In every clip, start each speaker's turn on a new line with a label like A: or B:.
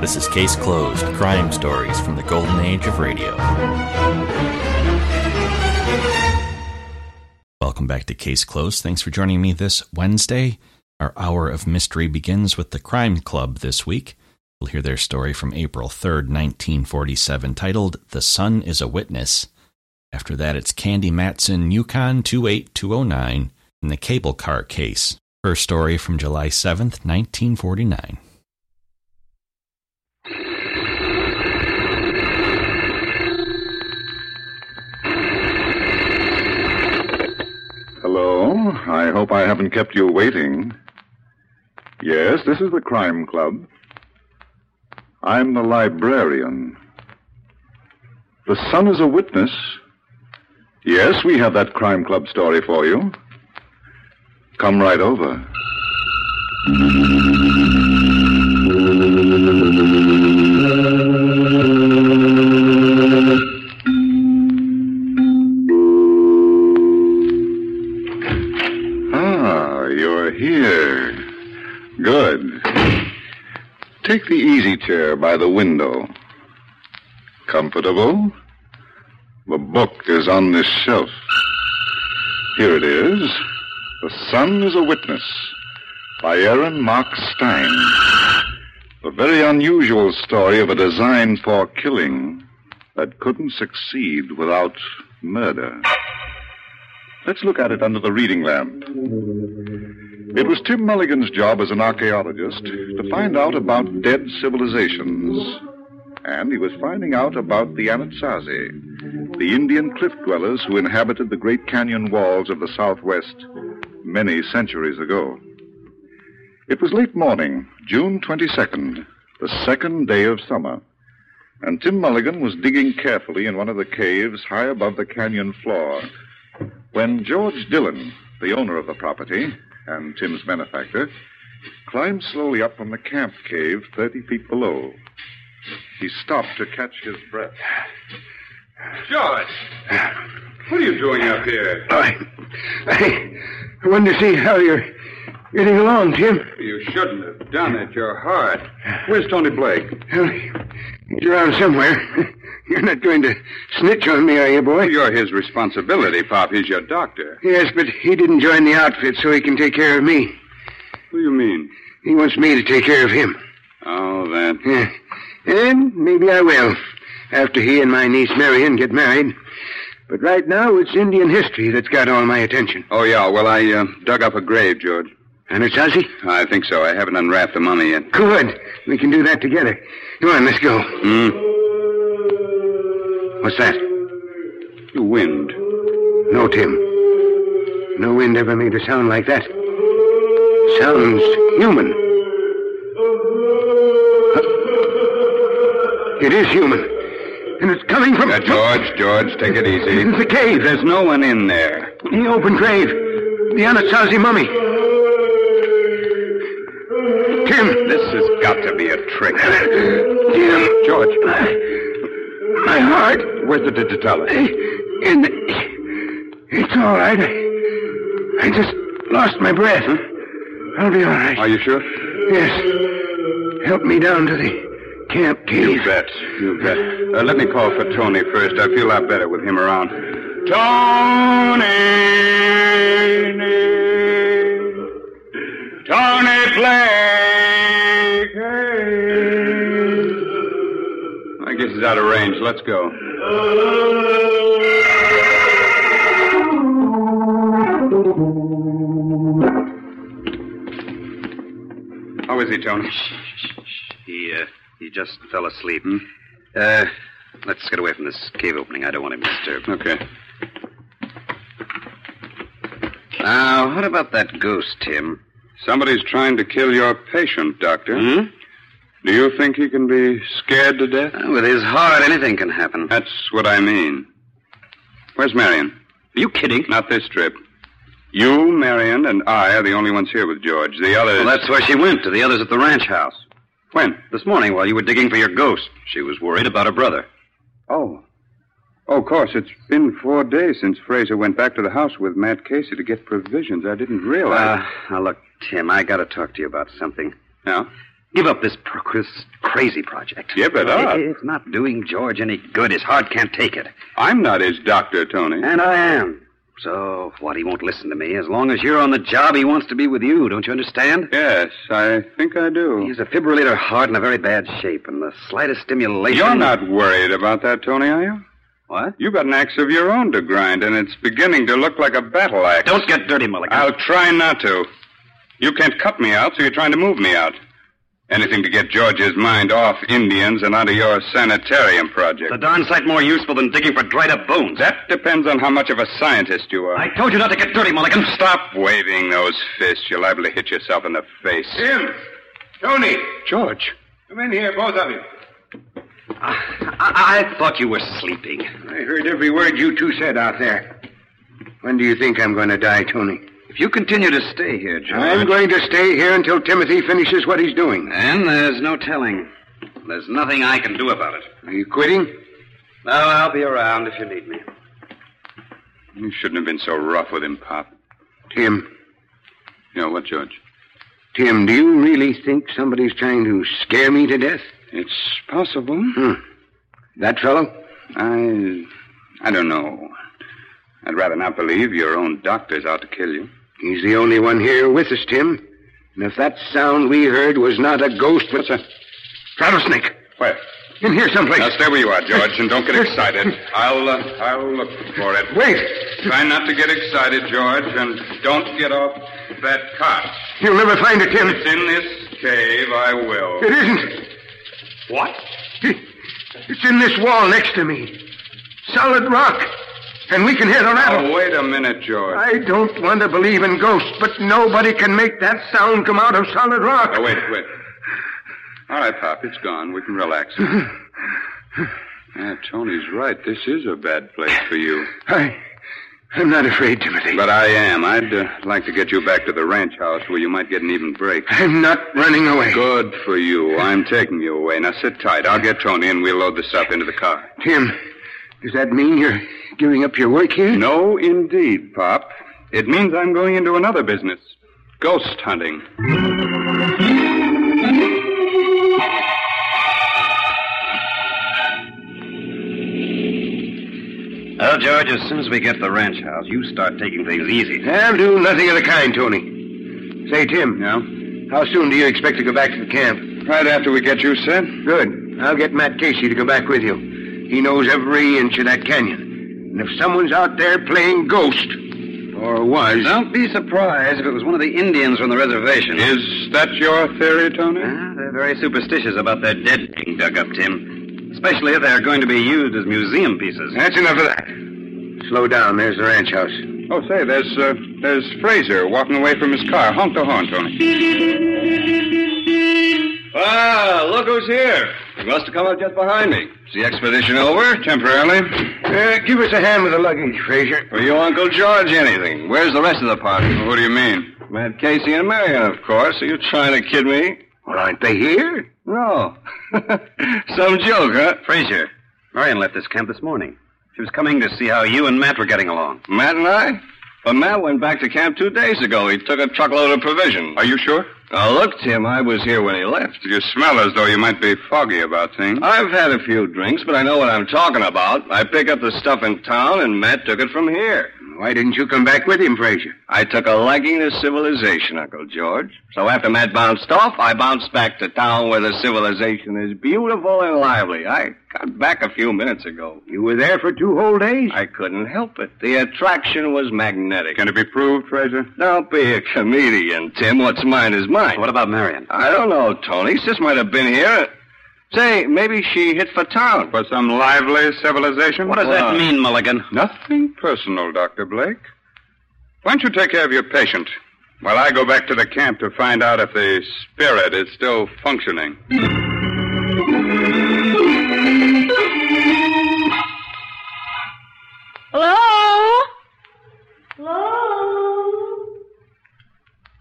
A: This is Case Closed Crime Stories from the Golden Age of Radio. Welcome back to Case Closed. Thanks for joining me this Wednesday. Our hour of mystery begins with the Crime Club this week. We'll hear their story from April 3rd, 1947, titled The Sun is a Witness. After that, it's Candy Matson, Yukon 28209, in the cable car case. Her story from July 7th, 1949.
B: Hello. I hope I haven't kept you waiting. Yes, this is the Crime Club. I'm the librarian. The Sun is a witness. Yes, we have that Crime Club story for you. Come right over. Ah, you're here. Good. Take the easy chair by the window. Comfortable? The book is on this shelf. Here it is The Sun is a Witness by Aaron Mark Stein. The very unusual story of a design for killing that couldn't succeed without murder. Let's look at it under the reading lamp. It was Tim Mulligan's job as an archaeologist to find out about dead civilizations. And he was finding out about the Anasazi, the Indian cliff dwellers who inhabited the Great Canyon walls of the Southwest many centuries ago. It was late morning, June 22nd, the second day of summer, and Tim Mulligan was digging carefully in one of the caves high above the canyon floor when George Dillon, the owner of the property and Tim's benefactor, climbed slowly up from the camp cave 30 feet below. He stopped to catch his breath.
C: George, what are you doing up here?
D: I, I wanted to see how you're getting along, Tim.
C: You shouldn't have done it. You're hard. Where's Tony Blake?
D: Well, he's around somewhere. You're not going to snitch on me, are you, boy?
C: You're his responsibility, Pop. He's your doctor.
D: Yes, but he didn't join the outfit, so he can take care of me.
C: What do you mean?
D: He wants me to take care of him.
C: Oh, that.
D: Yeah. And maybe I will, after he and my niece Marion get married. But right now, it's Indian history that's got all my attention.
C: Oh, yeah. Well, I uh, dug up a grave, George.
D: And it's Ozzy?
C: I think so. I haven't unwrapped the mummy yet.
D: Good. We can do that together. Come on, let's go.
C: Hmm?
D: What's that?
C: The wind.
D: No, Tim. No wind ever made a sound like that. Sounds human. Huh? It is human. And it's coming from.
C: Uh, George, George, take it easy.
D: It's a cave.
C: There's no one in there.
D: The open grave. The Anasazi mummy. Tim.
C: This has got to be a trick.
D: Tim.
C: George,
D: My heart.
C: where's the digitalis?
D: In the... It's all right. I- I just lost my breath. I'll be all right.
C: Hmm? Are you sure?
D: Yes. Help me down to the camp cave.
C: You bet. You bet. Uh, let me call for Tony first. I feel a lot better with him around. Tony! Tony Blake! I guess he's out of range. Let's go. How is he, Tony?
E: He, uh, he just fell asleep.
C: Hmm?
E: Uh, let's get away from this cave opening. I don't want him disturbed.
C: Okay. Ah,
E: Now, what about that ghost, Tim?
C: Somebody's trying to kill your patient, Doctor.
E: Hmm?
C: Do you think he can be scared to death?
E: Uh, with his heart, anything can happen.
C: That's what I mean. Where's Marion?
E: Are you kidding?
C: Not this trip. You, Marion, and I are the only ones here with George. The others.
E: Well, that's where she went, to the others at the ranch house.
C: when?
E: This morning, while you were digging for your ghost, she was worried about her brother.
C: Oh. Oh, of course. It's been four days since Fraser went back to the house with Matt Casey to get provisions. I didn't realize.
E: Uh, now, look, Tim, I gotta talk to you about something.
C: now,
E: Give up this, pro- this crazy project.
C: Give it up?
E: It- It's not doing George any good. His heart can't take it.
C: I'm not his doctor, Tony.
E: And I am. So, what? He won't listen to me. As long as you're on the job, he wants to be with you. Don't you understand?
C: Yes, I think I do.
E: He's a fibrillator heart in a very bad shape, and the slightest stimulation.
C: You're not worried about that, Tony, are you?
E: What?
C: You've got an axe of your own to grind, and it's beginning to look like a battle axe.
E: Don't get dirty, Mulligan.
C: I'll try not to. You can't cut me out, so you're trying to move me out. Anything to get George's mind off Indians and onto your sanitarium project.
E: The darn sight more useful than digging for dried up bones.
C: That depends on how much of a scientist you are.
E: I told you not to get dirty, Mulligan.
C: Stop waving those fists. You're liable to hit yourself in the face. Jim! Tony! George! Come in here, both of you.
E: I, I thought you were sleeping.
D: I heard every word you two said out there. When do you think I'm going to die, Tony?
E: If you continue to stay here, George.
D: I'm going to stay here until Timothy finishes what he's doing.
E: Then there's no telling. There's nothing I can do about it.
D: Are you quitting?
E: No, I'll be around if you need me.
C: You shouldn't have been so rough with him, Pop.
D: Tim,
C: You know what, George?
D: Tim, do you really think somebody's trying to scare me to death?
C: It's possible.
D: Hmm. That fellow?
C: I. I don't know. I'd rather not believe your own doctor's out to kill you.
D: He's the only one here with us, Tim. And if that sound we heard was not a ghost, but a rattlesnake
C: Where?
D: in here someplace.
C: Now stay where you are, George, and don't get excited. I'll uh, I'll look for it.
D: Wait!
C: Try not to get excited, George, and don't get off that cot.
D: You'll never find it, Tim.
C: It's in this cave. I will.
D: It isn't.
E: What?
D: It- It's in this wall next to me. Solid rock. And we can hear the rattle.
C: Oh, wait a minute, George.
D: I don't want to believe in ghosts, but nobody can make that sound come out of solid rock.
C: Oh, wait, wait. All right, Pop, it's gone. We can relax. yeah, Tony's right. This is a bad place for you.
D: I, I'm not afraid, Timothy.
C: But I am. I'd uh, like to get you back to the ranch house where you might get an even break.
D: I'm not running away.
C: Good for you. I'm taking you away. Now sit tight. I'll get Tony and we'll load this up into the car.
D: Tim, does that mean you're giving up your work here?
C: No, indeed, Pop. It means I'm going into another business ghost hunting.
E: Well, George, as soon as we get to the ranch house, you start taking things easy.
D: I'll do nothing of the kind, Tony. Say, Tim. Now? How soon do you expect to go back to the camp?
C: Right after we get you set.
D: Good. I'll get Matt Casey to go back with you. He knows every inch of that canyon. And if someone's out there playing ghost, or was.
E: Don't be surprised if it was one of the Indians from the reservation.
C: Is that your theory, Tony?
E: Ah, they're very superstitious about their dead being dug up, Tim. Especially if they're going to be used as museum pieces.
D: That's enough of that. Slow down. There's the ranch house.
C: Oh, say, there's uh, there's Fraser walking away from his car. Honk the horn, Tony.
E: Ah, look who's here. He must have come up just behind me.
C: Is the expedition over temporarily?
D: Uh, give us a hand with the luggage, Fraser.
C: For you, Uncle George, anything. Where's the rest of the party? Who do you mean? Matt Casey and Marion, of course. Are you trying to kid me?
D: Well, aren't they here?
C: No. Some joke, huh?
E: Frazier, Marion left this camp this morning. She was coming to see how you and Matt were getting along.
C: Matt and I? But Matt went back to camp two days ago. He took a truckload of provisions. Are you sure? Now, look, Tim, I was here when he left. You smell as though you might be foggy about things. I've had a few drinks, but I know what I'm talking about. I pick up the stuff in town, and Matt took it from here.
D: Why didn't you come back with him, Fraser?
C: I took a liking to civilization, Uncle George. So after Matt bounced off, I bounced back to town where the civilization is beautiful and lively. I got back a few minutes ago.
D: You were there for two whole days.
C: I couldn't help it. The attraction was magnetic. Can it be proved, Fraser? Don't be a comedian, Tim. What's mine is mine.
E: What about Marion?
C: I don't know, Tony. Sis might have been here. Say, maybe she hit for town. For some lively civilization?
E: What does that mean, Mulligan?
C: Nothing personal, Dr. Blake. Why don't you take care of your patient while I go back to the camp to find out if the spirit is still functioning?
F: Hello? Hello?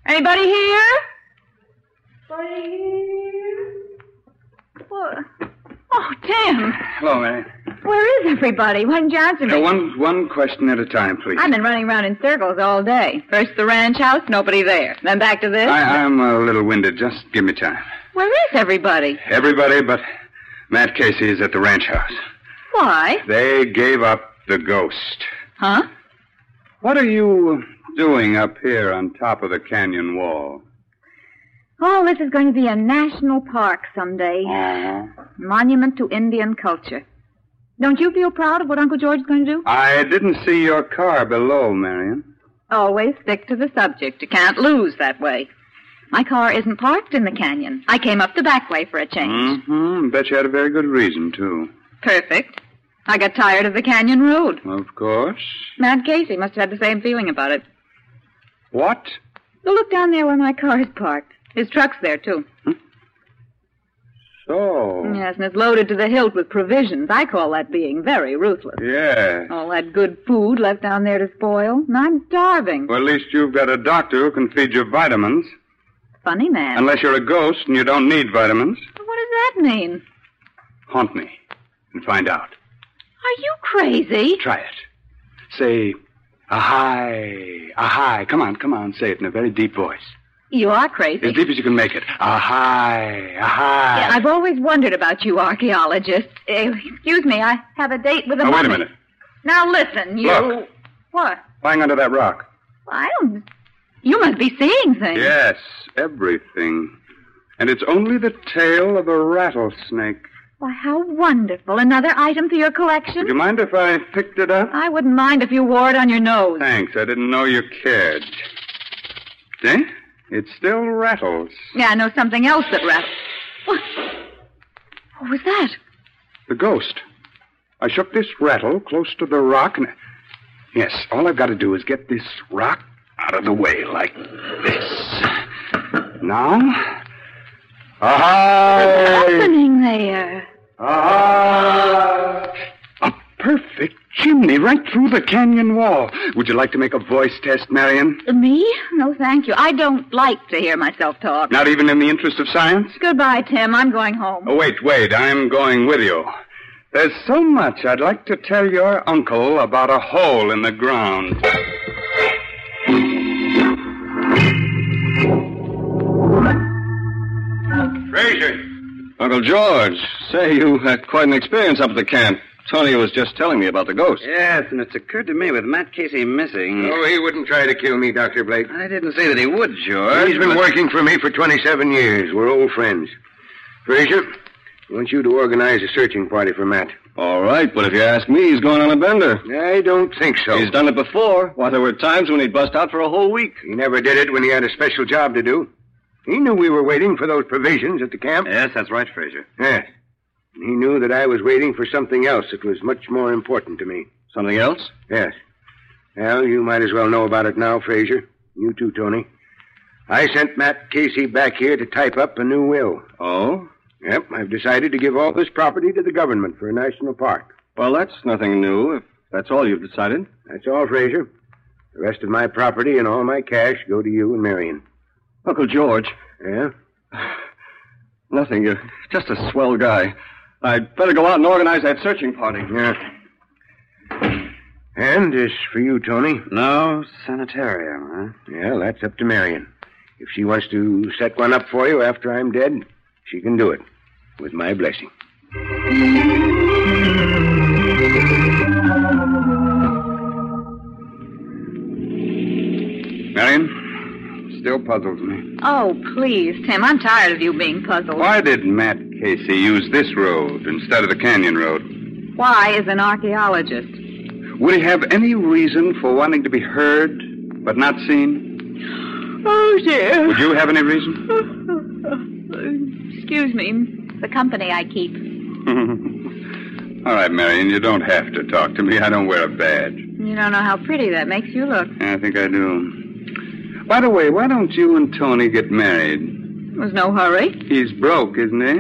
F: Anybody here? Anybody here? What? Oh, Tim.
C: Hello, man.
F: Where is everybody? Why didn't you answer me?
C: one, one question at a time, please.
F: I've been running around in circles all day. First the ranch house, nobody there. Then back to this.
C: I'm a little winded. Just give me time.
F: Where is everybody?
D: Everybody but Matt Casey is at the ranch house.
F: Why?
D: They gave up the ghost.
F: Huh?
C: What are you doing up here on top of the canyon wall?
F: Oh, this is going to be a national park someday. Uh-huh.
C: Uh-huh.
F: Monument to Indian culture. Don't you feel proud of what Uncle George is going to do?
C: I didn't see your car below, Marion.
F: Always stick to the subject. You can't lose that way. My car isn't parked in the canyon. I came up the back way for a change.
C: Mm-hmm. Bet you had a very good reason, too.
F: Perfect. I got tired of the canyon road.
C: Of course.
F: Matt Casey must have had the same feeling about it.
C: What?
F: Well, look down there where my car is parked. His truck's there, too.
C: So.
F: Yes, and it's loaded to the hilt with provisions. I call that being very ruthless.
C: Yeah.
F: All that good food left down there to spoil, and I'm starving.
C: Well, at least you've got a doctor who can feed you vitamins.
F: Funny man.
C: Unless you're a ghost and you don't need vitamins.
F: What does that mean?
C: Haunt me and find out.
F: Are you crazy?
C: Try it. Say, ahai, ahai. Come on, come on. Say it in a very deep voice.
F: You are crazy.
C: As deep as you can make it. Ahai, ahai.
F: Yeah, I've always wondered about you archaeologists. Eh, excuse me, I have a date with a
C: now, Oh, wait
F: mummy.
C: a minute.
F: Now listen, you.
C: Look.
F: What?
C: Lying under that rock.
F: I don't. You must be seeing things.
C: Yes, everything. And it's only the tail of a rattlesnake.
F: Why, how wonderful. Another item for your collection?
C: Would you mind if I picked it up?
F: I wouldn't mind if you wore it on your nose.
C: Thanks, I didn't know you cared. See? It still rattles.
F: Yeah, I know something else that wraps. What? What was that?
C: The ghost. I shook this rattle close to the rock and. Yes, all I've got to do is get this rock out of the way like this. Now. Ahai!
F: Happening there.
C: Ah! A perfect chimney right through the canyon wall. Would you like to make a voice test, Marion?
F: Me? No, thank you. I don't like to hear myself talk.
C: Not even in the interest of science?
F: Goodbye, Tim. I'm going home.
C: Oh, wait, wait. I'm going with you. There's so much I'd like to tell your uncle about a hole in the ground.
D: Frazier. Uncle George, say you had quite an experience up at the camp. Tony was just telling me about the ghost.
E: Yes, and it's occurred to me with Matt Casey missing.
D: Oh, he wouldn't try to kill me, Dr. Blake.
E: I didn't say that he would, George.
D: He's been
E: but-
D: working for me for 27 years. We're old friends. Frazier, I want you to organize a searching party for Matt.
G: All right, but if you ask me, he's going on a bender.
D: I don't think so.
G: He's done it before. Why, there were times when he'd bust out for a whole week.
D: He never did it when he had a special job to do. He knew we were waiting for those provisions at the camp.
E: Yes, that's right, Fraser.
D: Yes. And He knew that I was waiting for something else that was much more important to me.
G: Something else?
D: Yes. Well, you might as well know about it now, Fraser. You too, Tony. I sent Matt Casey back here to type up a new will.
G: Oh?
D: Yep, I've decided to give all this property to the government for a national park.
G: Well, that's nothing new, if that's all you've decided.
D: That's all, Fraser. The rest of my property and all my cash go to you and Marion.
G: Uncle George,
D: Yeah?
G: nothing. You're just a swell guy. I'd better go out and organize that searching party.
D: Yeah. And as for you, Tony,
E: No sanitarium,
D: well, that's up to Marion. If she wants to set one up for you after I'm dead, she can do it. With my blessing.
C: Marion, still puzzles me.
F: Oh, please, Tim. I'm tired of you being puzzled.
C: Why did Matt Casey use this road instead of the canyon road?
F: Why is an archaeologist?
C: Would he have any reason for wanting to be heard but not seen?
F: Oh, dear.
C: Would you have any reason?
F: Excuse me. The company I keep.
C: All right, Marion, you don't have to talk to me. I don't wear a badge.
F: You don't know how pretty that makes you look.
C: I think I do. By the way, why don't you and Tony get married?
F: There's no hurry.
C: He's broke, isn't he?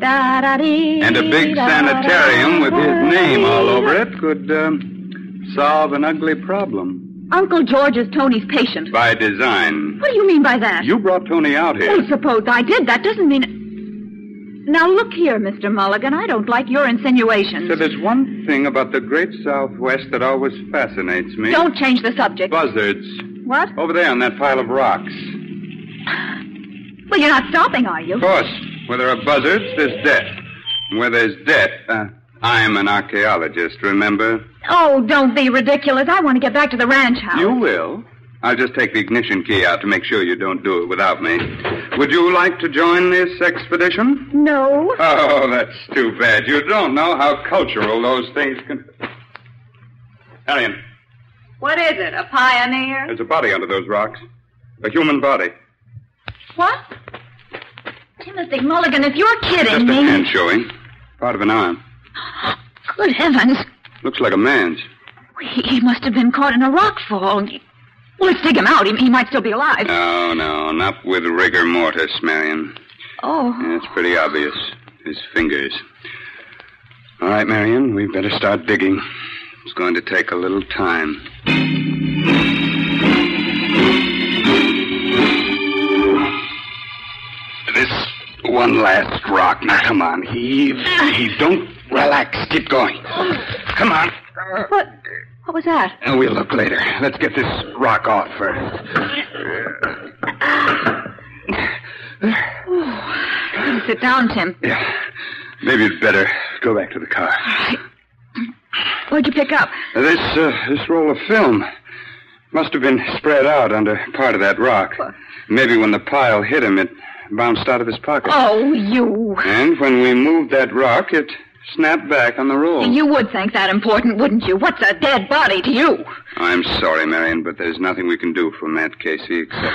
F: Da da dee.
C: And a big sanitarium with his name all over it could um, solve an ugly problem.
F: Uncle George is Tony's patient.
C: By design.
F: What do you mean by that?
C: You brought Tony out
F: Well,
C: here.
F: suppose I did. That doesn't mean. Now look here, Mr. Mulligan. I don't like your insinuations.
C: So there's one thing about the great Southwest that always fascinates me.
F: Don't change the subject.
C: Buzzards.
F: What?
C: Over there on that pile of rocks.
F: Well, you're not stopping, are you?
C: Of course. Where there are buzzards, there's death. And where there's death, uh, I'm an archaeologist, remember?
F: Oh, don't be ridiculous. I want to get back to the ranch house.
C: You will. I'll just take the ignition key out to make sure you don't do it without me. Would you like to join this expedition?
F: No.
C: Oh, that's too bad. You don't know how cultural those things can. Alien,
F: What is it? A pioneer?
C: there's a body under those rocks. A human body.
F: What? Timothy Mulligan, if you're
C: Just
F: kidding
C: a
F: me.
C: hand showing. Part of an arm.
F: Good heavens.
C: Looks like a man's.
F: He, he must have been caught in a rock fall. Well, let's dig him out. He, he might still be alive.
C: No, no, not with rigor mortis, Marion.
F: oh.
C: That's pretty obvious. His fingers. All right, Marion, we better start digging. It's going to take a little time. This one last rock. Now, come on. Heave, heave. Don't relax. Keep going. Come on.
F: What? What was that?
C: And we'll look later. Let's get this rock off first.
F: You sit down, Tim.
C: Yeah. Maybe it's better go back to the car.
F: What'd you pick up?
C: This uh, this roll of film must have been spread out under part of that rock. Maybe when the pile hit him, it bounced out of his pocket.
F: Oh, you.
C: And when we moved that rock, it snapped back on the roll.
F: You would think that important, wouldn't you? What's a dead body to you?
C: I'm sorry, Marion, but there's nothing we can do for Matt Casey except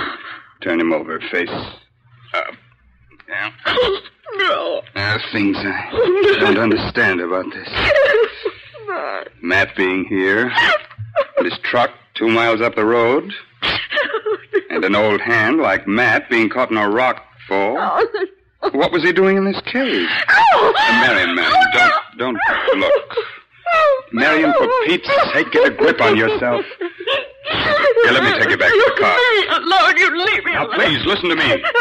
C: turn him over, face up. Yeah.
F: No.
C: There are Ah, things I don't understand about this. Matt being here, and his truck two miles up the road, and an old hand like Matt being caught in a rock fall. What was he doing in this cave? Marion, Marion, don't, don't look. Marion, for Pete's sake, get a grip on yourself. Here, let me take you back to the car.
H: Lord, you leave me
C: Now,
H: alone.
C: please, listen to me.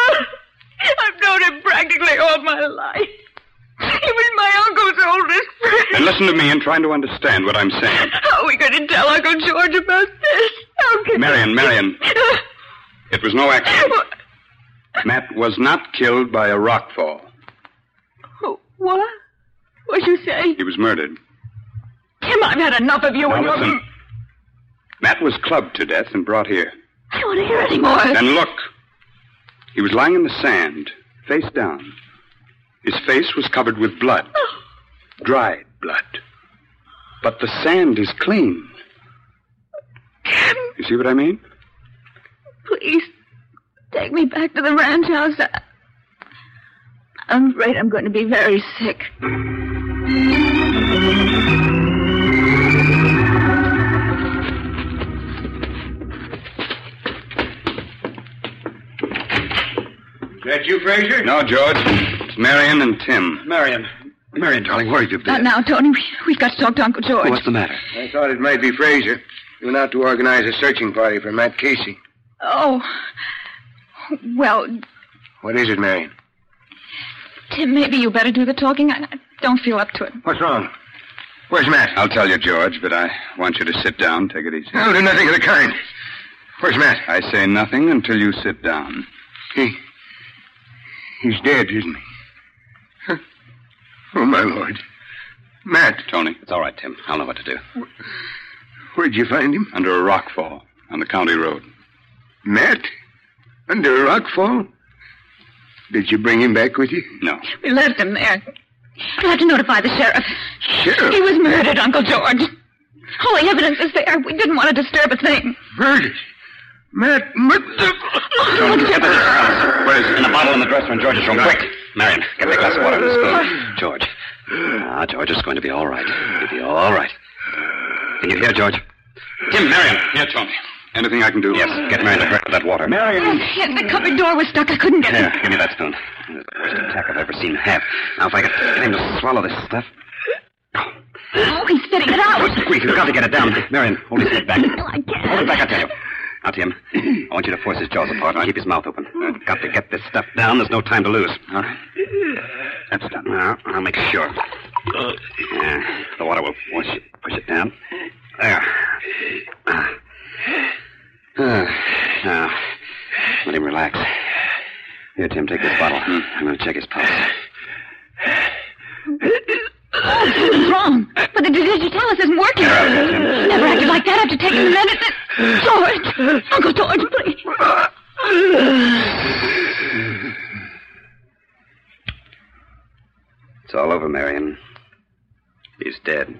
H: I've known him practically all my life. He was my uncle's oldest
C: And
H: friend.
C: listen to me in trying to understand what I'm saying.
H: How are we going to tell Uncle George about this? How can
C: Marion, Marion, it was no accident. Matt was not killed by a rock fall.
H: What? What'd you say?
C: He was murdered.
H: Tim, I've had enough of you
C: Now
H: and your...
C: listen. Matt was clubbed to death and brought here.
H: I don't want to hear any more.
C: And look, he was lying in the sand, face down. His face was covered with blood, dried blood. But the sand is clean. You see what I mean?
F: Please, take me back to the ranch house. I- I'm afraid I'm going to be very sick.
C: that you, Fraser? No, George. It's Marion and Tim. Marion. Marion, darling, where have you been?
F: Not now, Tony. We, we've got to talk to Uncle George.
C: What's the matter?
D: I thought it might be Fraser. He went out to organize a searching party for Matt Casey.
F: Oh. Well,
D: What is it, Marion?
F: Tim, maybe you better do the talking. I I don't feel up to it.
D: What's wrong? Where's Matt?
C: I'll tell you, George, but I want you to sit down. Take it easy.
D: I'll do nothing of the kind. Where's Matt?
C: I say nothing until you sit down.
D: He. He's dead, isn't he? Huh. Oh, my lord. Matt,
C: Tony. It's all right, Tim. I'll know what to do.
D: where'd you find him?
C: Under a rock fall on the county road.
D: Matt? Under a rock fall? Did you bring him back with you?
C: No.
F: We left him there. We'll have to notify the sheriff.
D: Sheriff?
F: He was murdered, Uncle George. All the evidence is there. We didn't want to disturb a thing.
D: Murdered. Matt,
C: Where is it? In a bottle in the dresser in George's room. Quick. Marion, get me a glass of water and a spoon. George. Ah, George, it's going to be all right. It'll be all right. Can you hear, George? Tim, Marion. Here, Tony. Anything I can do? Yes. Get Marion to of that water. Marion.
F: Yes, the cupboard door was stuck. I couldn't get
C: Here,
F: it.
C: give me that spoon. This is the worst attack I've ever seen have. Now, if I could get him to swallow this stuff.
F: Oh, he's spitting it out.
C: Quick, you've got to get it down. Marion, hold his head back.
F: No, I
C: Hold it
F: can't.
C: back, I tell you. Now, Tim, I want you to force his jaws apart and keep his mouth open. I've got to get this stuff down. There's no time to lose. All right. That's done. Now, I'll make sure. Yeah, the water will push it, push it down. There. Ah. Ah, Now, let him relax.
E: Here, Tim, take this bottle. I'm going to check his pulse.
H: Oh, something's wrong. But the digitalis isn't working. Never acted like that after taking the medicine. George! Uncle George, please.
E: It's all over, Marion. He's dead.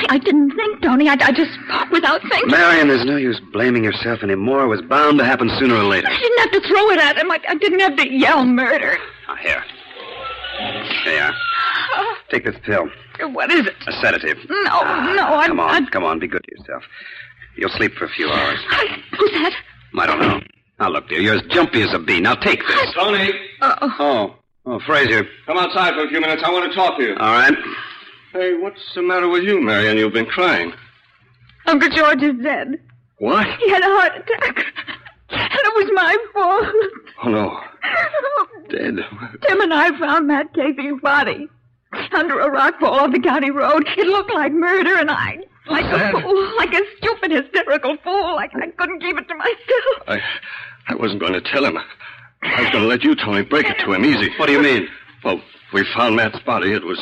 H: I, I didn't think, Tony. I, I just spoke without thinking.
E: Marion, there's no use blaming yourself anymore. It was bound to happen sooner or later.
H: I didn't have to throw it at him. I, I didn't have to yell murder.
E: Now, here. Here you are. Take this pill.
H: What is it?
E: A sedative.
H: No, no, I,
E: Come on,
H: I,
E: come on. Be good to yourself. You'll sleep for a few hours.
H: I- Who's that?
E: I don't know. Now, look, dear, you're as jumpy as a bee. Now, take this.
G: Tony,
E: Oh. Oh, Frazier.
G: come outside for a few minutes. I want to talk to you.
E: All right.
G: Hey, what's the matter with you, Marion? You've been crying.
F: Uncle George is dead.
G: What?
F: He had a heart attack. And it was my fault.
G: Oh, no. Dead.
F: Tim and I found Matt Casey's body under a rock fall off the county road. It looked like murder, and I, like a fool, like a stupid, hysterical fool, like I couldn't keep it to myself.
G: I, I wasn't going to tell him. I was going to let you, Tony, break it to him easy.
E: What do you mean?
G: Well, we found Matt's body. It was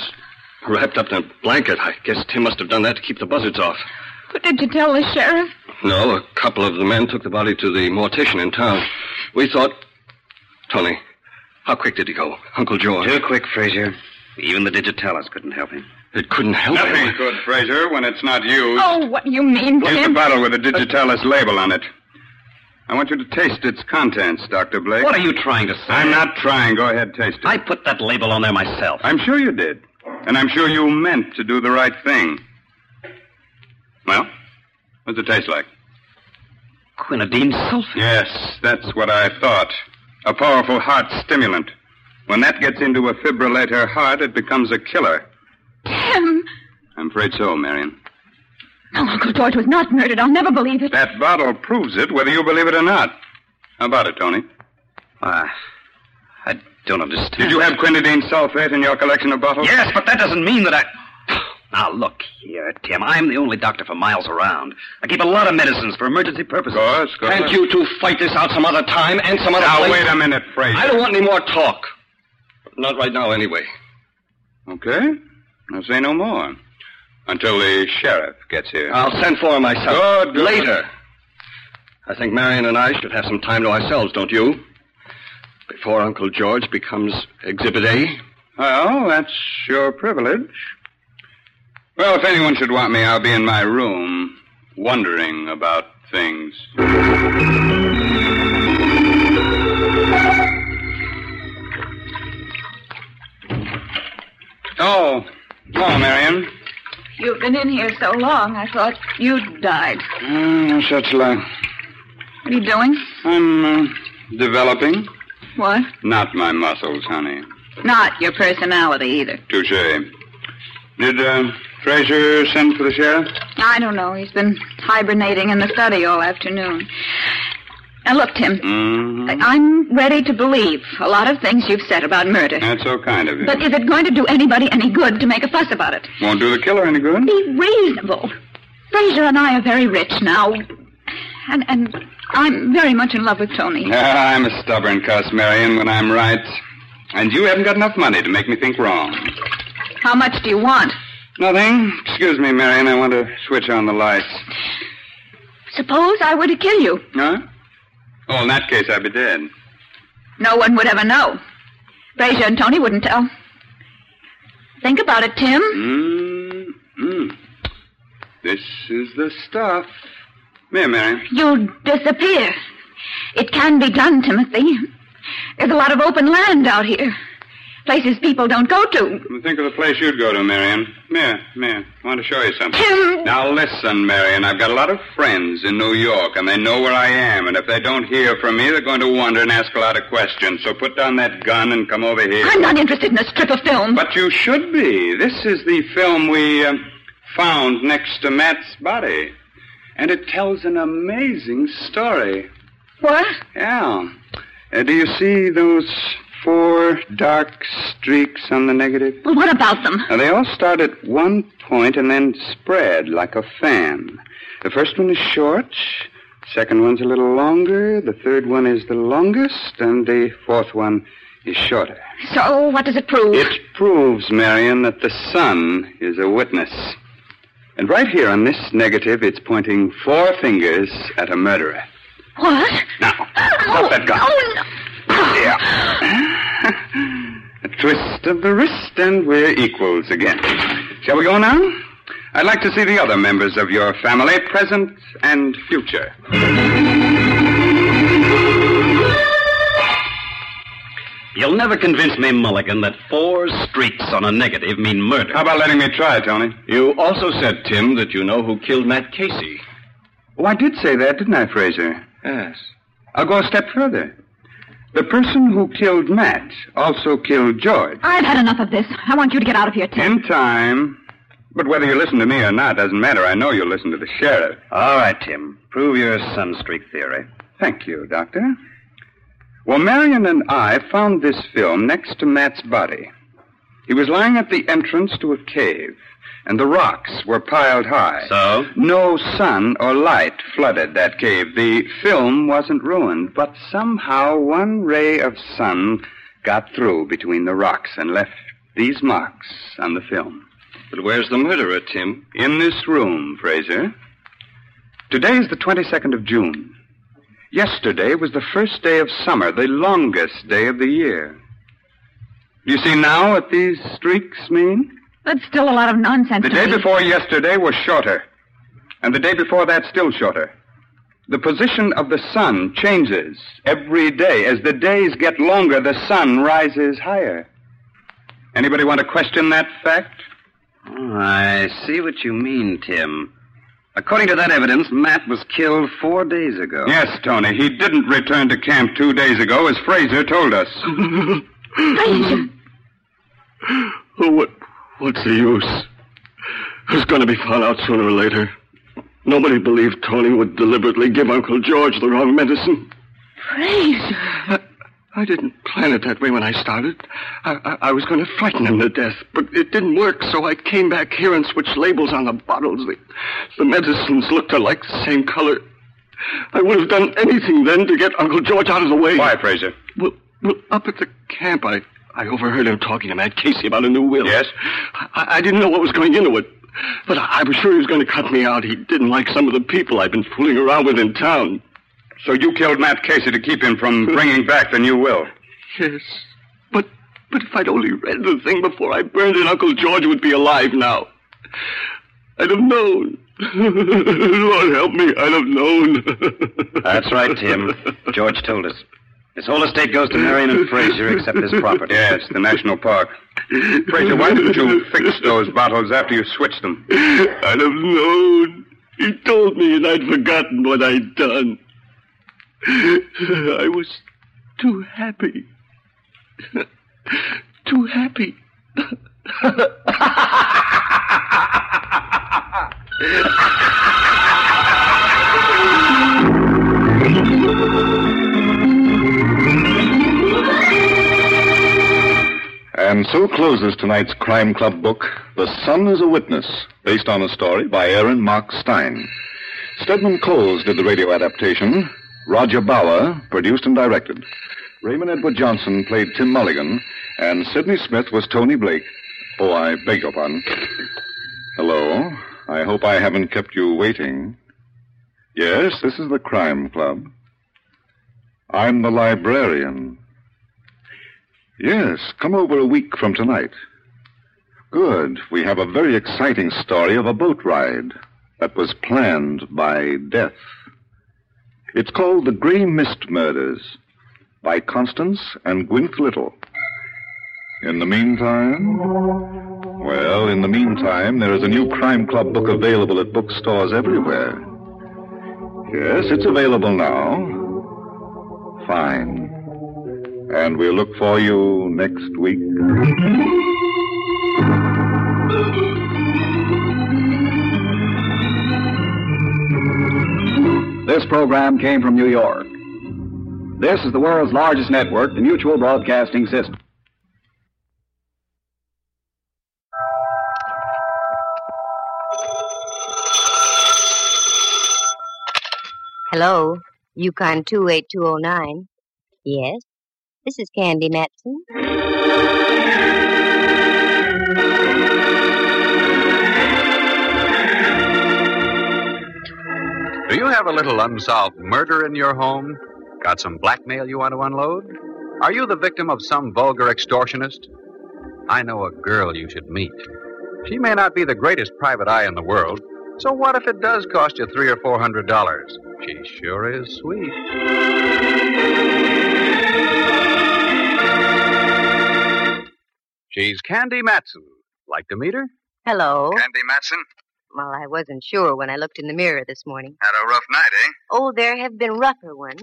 G: wrapped up in a blanket. I guess Tim must have done that to keep the buzzards off.
F: But did you tell the sheriff?
G: No, a couple of the men took the body to the mortician in town. We thought. Tony, how quick did he go? Uncle George.
E: Too quick, Frazier. Even the digitalis couldn't help him.
G: It couldn't help
C: Nothing
G: him.
C: good, Fraser, when it's not used.
F: Oh, what do you mean,
C: Here's the
F: Tim?
C: bottle with
E: Uh,
C: the digitalis label on it. I want you to taste its contents, Dr. Blake.
E: What are you trying to say?
C: I'm not trying. Go ahead, taste it.
E: I put that label on there myself.
C: I'm sure you did. And I'm sure you meant to do the right thing. Well, what's it taste like?
E: quinidine sulfate.
C: Yes, that's what I thought. A powerful heart stimulant. When that gets into a fibrillator heart, it becomes a killer.
F: Tim!
C: I'm afraid so, Marion.
F: No, Uncle George was not murdered. I'll never believe it.
C: That bottle proves it, whether you believe it or not. How about it, Tony?
E: Uh, I don't understand.
C: Did you have quinidine sulfate in your collection of bottles?
E: Yes, but that doesn't mean that I. Now, look here, Tim. I'm the only doctor for miles around. I keep a lot of medicines for emergency purposes.
C: course, go
E: Can't
C: ahead.
E: you two fight this out some other time and some other
C: Now,
E: place?
C: wait a minute, Fraser.
E: I don't want any more talk.
G: Not right now, anyway.
C: Okay. I'll say no more. Until the sheriff gets here.
G: I'll send for him myself.
C: Good, good.
G: Later. I think Marion and I should have some time to ourselves, don't you? Before Uncle George becomes Exhibit A.
C: Well, that's your privilege. Well, if anyone should want me, I'll be in my room, wondering about things. Oh, hello, Marion.
F: You've been in here so long, I thought you'd died.
C: Mm, no such luck.
F: What are you doing?
C: I'm uh, developing.
F: What?
C: Not my muscles, honey.
F: Not your personality either.
C: Touche. Did uh, Fraser send for the sheriff?
F: I don't know. He's been hibernating in the study all afternoon. Now, look, Tim.
C: Mm-hmm.
F: I- I'm ready to believe a lot of things you've said about murder.
C: That's so kind of you.
F: Uh, But is it going to do anybody any good to make a fuss about it?
C: Won't do the killer any good.
F: Be reasonable. Fraser and I are very rich now. And, and I'm very much in love with Tony.
C: Ah, I'm a stubborn cuss, Marion, when I'm right. And you haven't got enough money to make me think wrong.
F: How much do you want?
C: Nothing. Excuse me, Marion. I want to switch on the lights.
F: Suppose I were to kill you.
C: Huh? Oh, in that case, I'd be dead.
F: No one would ever know. Fraser and Tony wouldn't tell. Think about it, Tim.
C: Mm-hmm. This is the stuff. Here, Marion.
F: You'll disappear. It can be done, Timothy. There's a lot of open land out here. Places people don't go to.
C: Think of the place you'd go to, Marion. Here, here. I want to show you something.
F: Tim!
C: Now listen, Marion. I've got a lot of friends in New York, and they know where I am. And if they don't hear from me, they're going to wonder and ask a lot of questions. So put down that gun and come over here.
F: I'm not interested in a strip of film.
C: But you should be. This is the film we um, found next to Matt's body, and it tells an amazing story.
F: What?
C: Yeah. Uh, do you see those four dark streaks on the negative?
H: Well, what about them?
C: Now, they all start at one point and then spread like a fan. The first one is short, second one's a little longer, the third one is the longest, and the fourth one is shorter.
H: So, what does it prove?
C: It proves, Marion, that the sun is a witness. And right here on this negative, it's pointing four fingers at a murderer.
H: What?
C: Now, stop that gun.
H: Oh, no.
C: A twist of the wrist, and we're equals again. Shall we go now? I'd like to see the other members of your family, present and future.
E: You'll never convince me, Mulligan, that four streaks on a negative mean murder.
C: How about letting me try, Tony?
G: You also said, Tim, that you know who killed Matt Casey.
C: Oh, I did say that, didn't I, Fraser?
G: Yes.
C: I'll go a step further. The person who killed Matt also killed George.
H: I've had enough of this. I want you to get out of here, Tim.
C: In time. But whether you listen to me or not doesn't matter. I know you'll listen to the sheriff.
E: All right, Tim. Prove your sunstreak theory.
C: Thank you, Doctor. Well, Marion and I found this film next to Matt's body. He was lying at the entrance to a cave, and the rocks were piled high.
E: So?
C: No sun or light flooded that cave. The film wasn't ruined, but somehow one ray of sun got through between the rocks and left these marks on the film.
G: But where's the murderer, Tim?
C: In this room, Fraser. Today is the 22nd of June. Yesterday was the first day of summer, the longest day of the year. Do you see now what these streaks mean?
H: That's still a lot of nonsense.
C: The
H: to
C: day
H: me.
C: before yesterday was shorter, and the day before that still shorter. The position of the sun changes every day. As the days get longer, the sun rises higher. Anybody want to question that fact?
E: Oh, I see what you mean, Tim. According to that evidence, Matt was killed four days ago.
C: Yes, Tony. He didn't return to camp two days ago, as Fraser told us.
H: Fraser.
G: Oh, what, what's the use? It's going to be found out sooner or later. Nobody believed Tony would deliberately give Uncle George the wrong medicine.
H: Fraser.
G: I, I didn't plan it that way when I started. I, I, I was going to frighten him to death, but it didn't work, so I came back here and switched labels on the bottles. The, the medicines looked alike, same color. I would have done anything then to get Uncle George out of the way.
C: Why, Fraser?
G: Well, well up at the camp, I, I overheard him talking to Matt Casey about a new will.
C: Yes?
G: I, I didn't know what was going into it, but I, I was sure he was going to cut me out. He didn't like some of the people I'd been fooling around with in town.
C: So you killed Matt Casey to keep him from bringing back the new will.
G: Yes. But but if I'd only read the thing before I burned it, Uncle George would be alive now. I'd have known. Lord help me, I'd have known.
E: That's right, Tim. George told us. This whole estate goes to Marion and Fraser except this property.
C: Yes, the national park. Fraser, why didn't you fix those bottles after you switched them?
G: I'd have known. He told me, and I'd forgotten what I'd done. I was too happy. Too happy.
B: And so closes tonight's Crime Club book, The Sun is a Witness, based on a story by Aaron Mark Stein. Stedman Coles did the radio adaptation. Roger Bauer produced and directed. Raymond Edward Johnson played Tim Mulligan, and Sidney Smith was Tony Blake. Oh, I beg your pardon. Hello. I hope I haven't kept you waiting. Yes, this is the Crime Club. I'm the librarian. Yes, come over a week from tonight. Good. We have a very exciting story of a boat ride that was planned by death. It's called The Grey Mist Murders by Constance and Gwyneth Little. In the meantime, well, in the meantime, there is a new Crime Club book available at bookstores everywhere. Yes, it's available now. Fine. And we'll look for you next week.
I: This program came from New York.
E: This is the world's largest network, the Mutual Broadcasting System.
I: Hello, Yukon 28209. Yes, this is Candy Matson.
J: Do you have a little unsolved murder in your home? Got some blackmail you want to unload? Are you the victim of some vulgar extortionist? I know a girl you should meet. She may not be the greatest private eye in the world, so what if it does cost you three or four hundred dollars? She sure is sweet. She's Candy Matson. Like to meet her?
I: Hello.
K: Candy Matson?
I: Well, I wasn't sure when I looked in the mirror this morning.
K: Had a rough night, eh?
I: Oh, there have been rougher ones.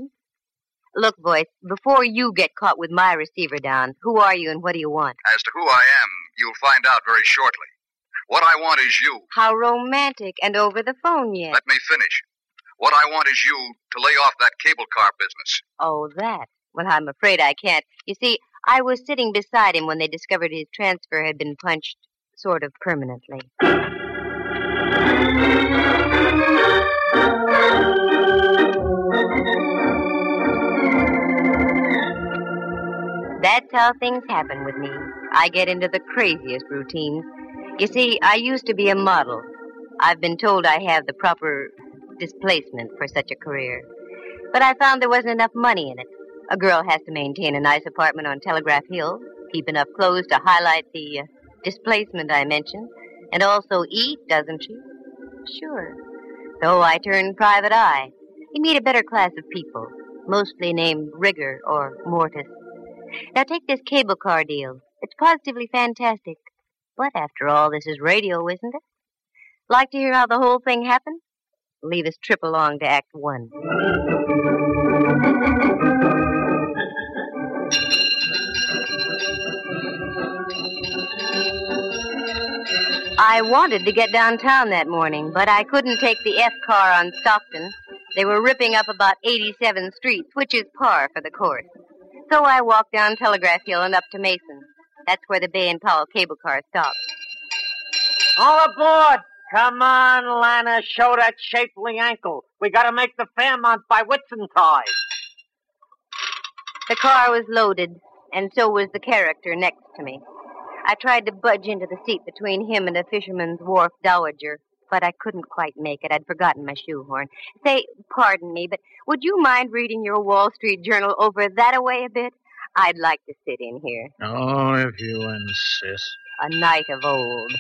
I: Look, Voice, before you get caught with my receiver down, who are you and what do you want?
K: As to who I am, you'll find out very shortly. What I want is you.
I: How romantic and over the phone yet.
K: Let me finish. What I want is you to lay off that cable car business.
I: Oh, that. Well, I'm afraid I can't. You see, I was sitting beside him when they discovered his transfer had been punched sort of permanently. That's how things happen with me. I get into the craziest routines. You see, I used to be a model. I've been told I have the proper displacement for such a career. But I found there wasn't enough money in it. A girl has to maintain a nice apartment on Telegraph Hill, keep enough clothes to highlight the uh, displacement I mentioned, and also eat, doesn't she? Sure. So I turned private eye. You meet a better class of people, mostly named rigor or mortis. Now take this cable car deal. It's positively fantastic. But after all, this is radio, isn't it? Like to hear how the whole thing happened? Leave us trip along to Act One. I wanted to get downtown that morning, but I couldn't take the F car on Stockton. They were ripping up about 87th Street, which is par for the course. So I walked down Telegraph Hill and up to Mason. That's where the Bay and Powell cable car stopped.
L: All aboard! Come on, Lana, show that shapely ankle. We gotta make the Fairmont by Whitsuntide.
I: The car was loaded, and so was the character next to me. I tried to budge into the seat between him and a fisherman's wharf dowager, but I couldn't quite make it. I'd forgotten my shoehorn. Say, pardon me, but would you mind reading your Wall Street Journal over that away a bit? I'd like to sit in here.
M: Oh, if you insist.
I: a knight of old.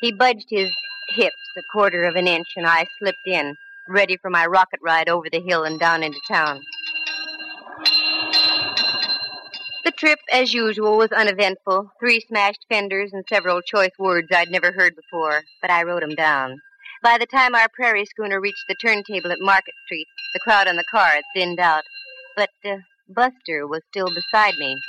I: He budged his hips a quarter of an inch, and I slipped in, ready for my rocket ride over the hill and down into town. The trip, as usual, was uneventful. Three smashed fenders and several choice words I'd never heard before, but I wrote 'em down. By the time our prairie schooner reached the turntable at Market Street, the crowd on the car had thinned out. But uh, Buster was still beside me,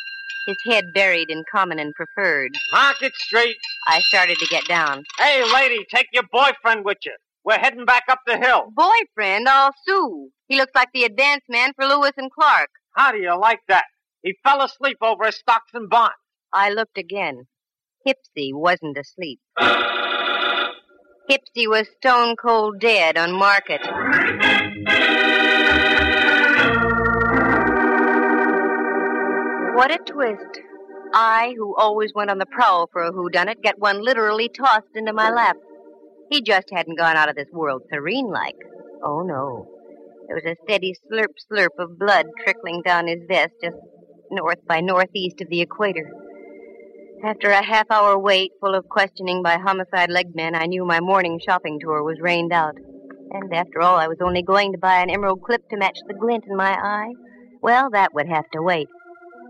I: his head buried in common and preferred.
L: Market Street.
I: I started to get down.
L: Hey, lady, take your boyfriend with you. We're heading back up the hill.
I: Boyfriend, I'll sue. He looks like the advance man for Lewis and Clark.
L: How do you like that? He fell asleep over at Stockton Bond.
I: I looked again. Hipsy wasn't asleep. Hipsy was stone cold dead on market. What a twist. I, who always went on the prowl for a whodunit, get one literally tossed into my lap. He just hadn't gone out of this world serene like. Oh, no. There was a steady slurp slurp of blood trickling down his vest just north by northeast of the equator. After a half hour wait, full of questioning by homicide leg men, I knew my morning shopping tour was rained out. And after all, I was only going to buy an emerald clip to match the glint in my eye. Well, that would have to wait.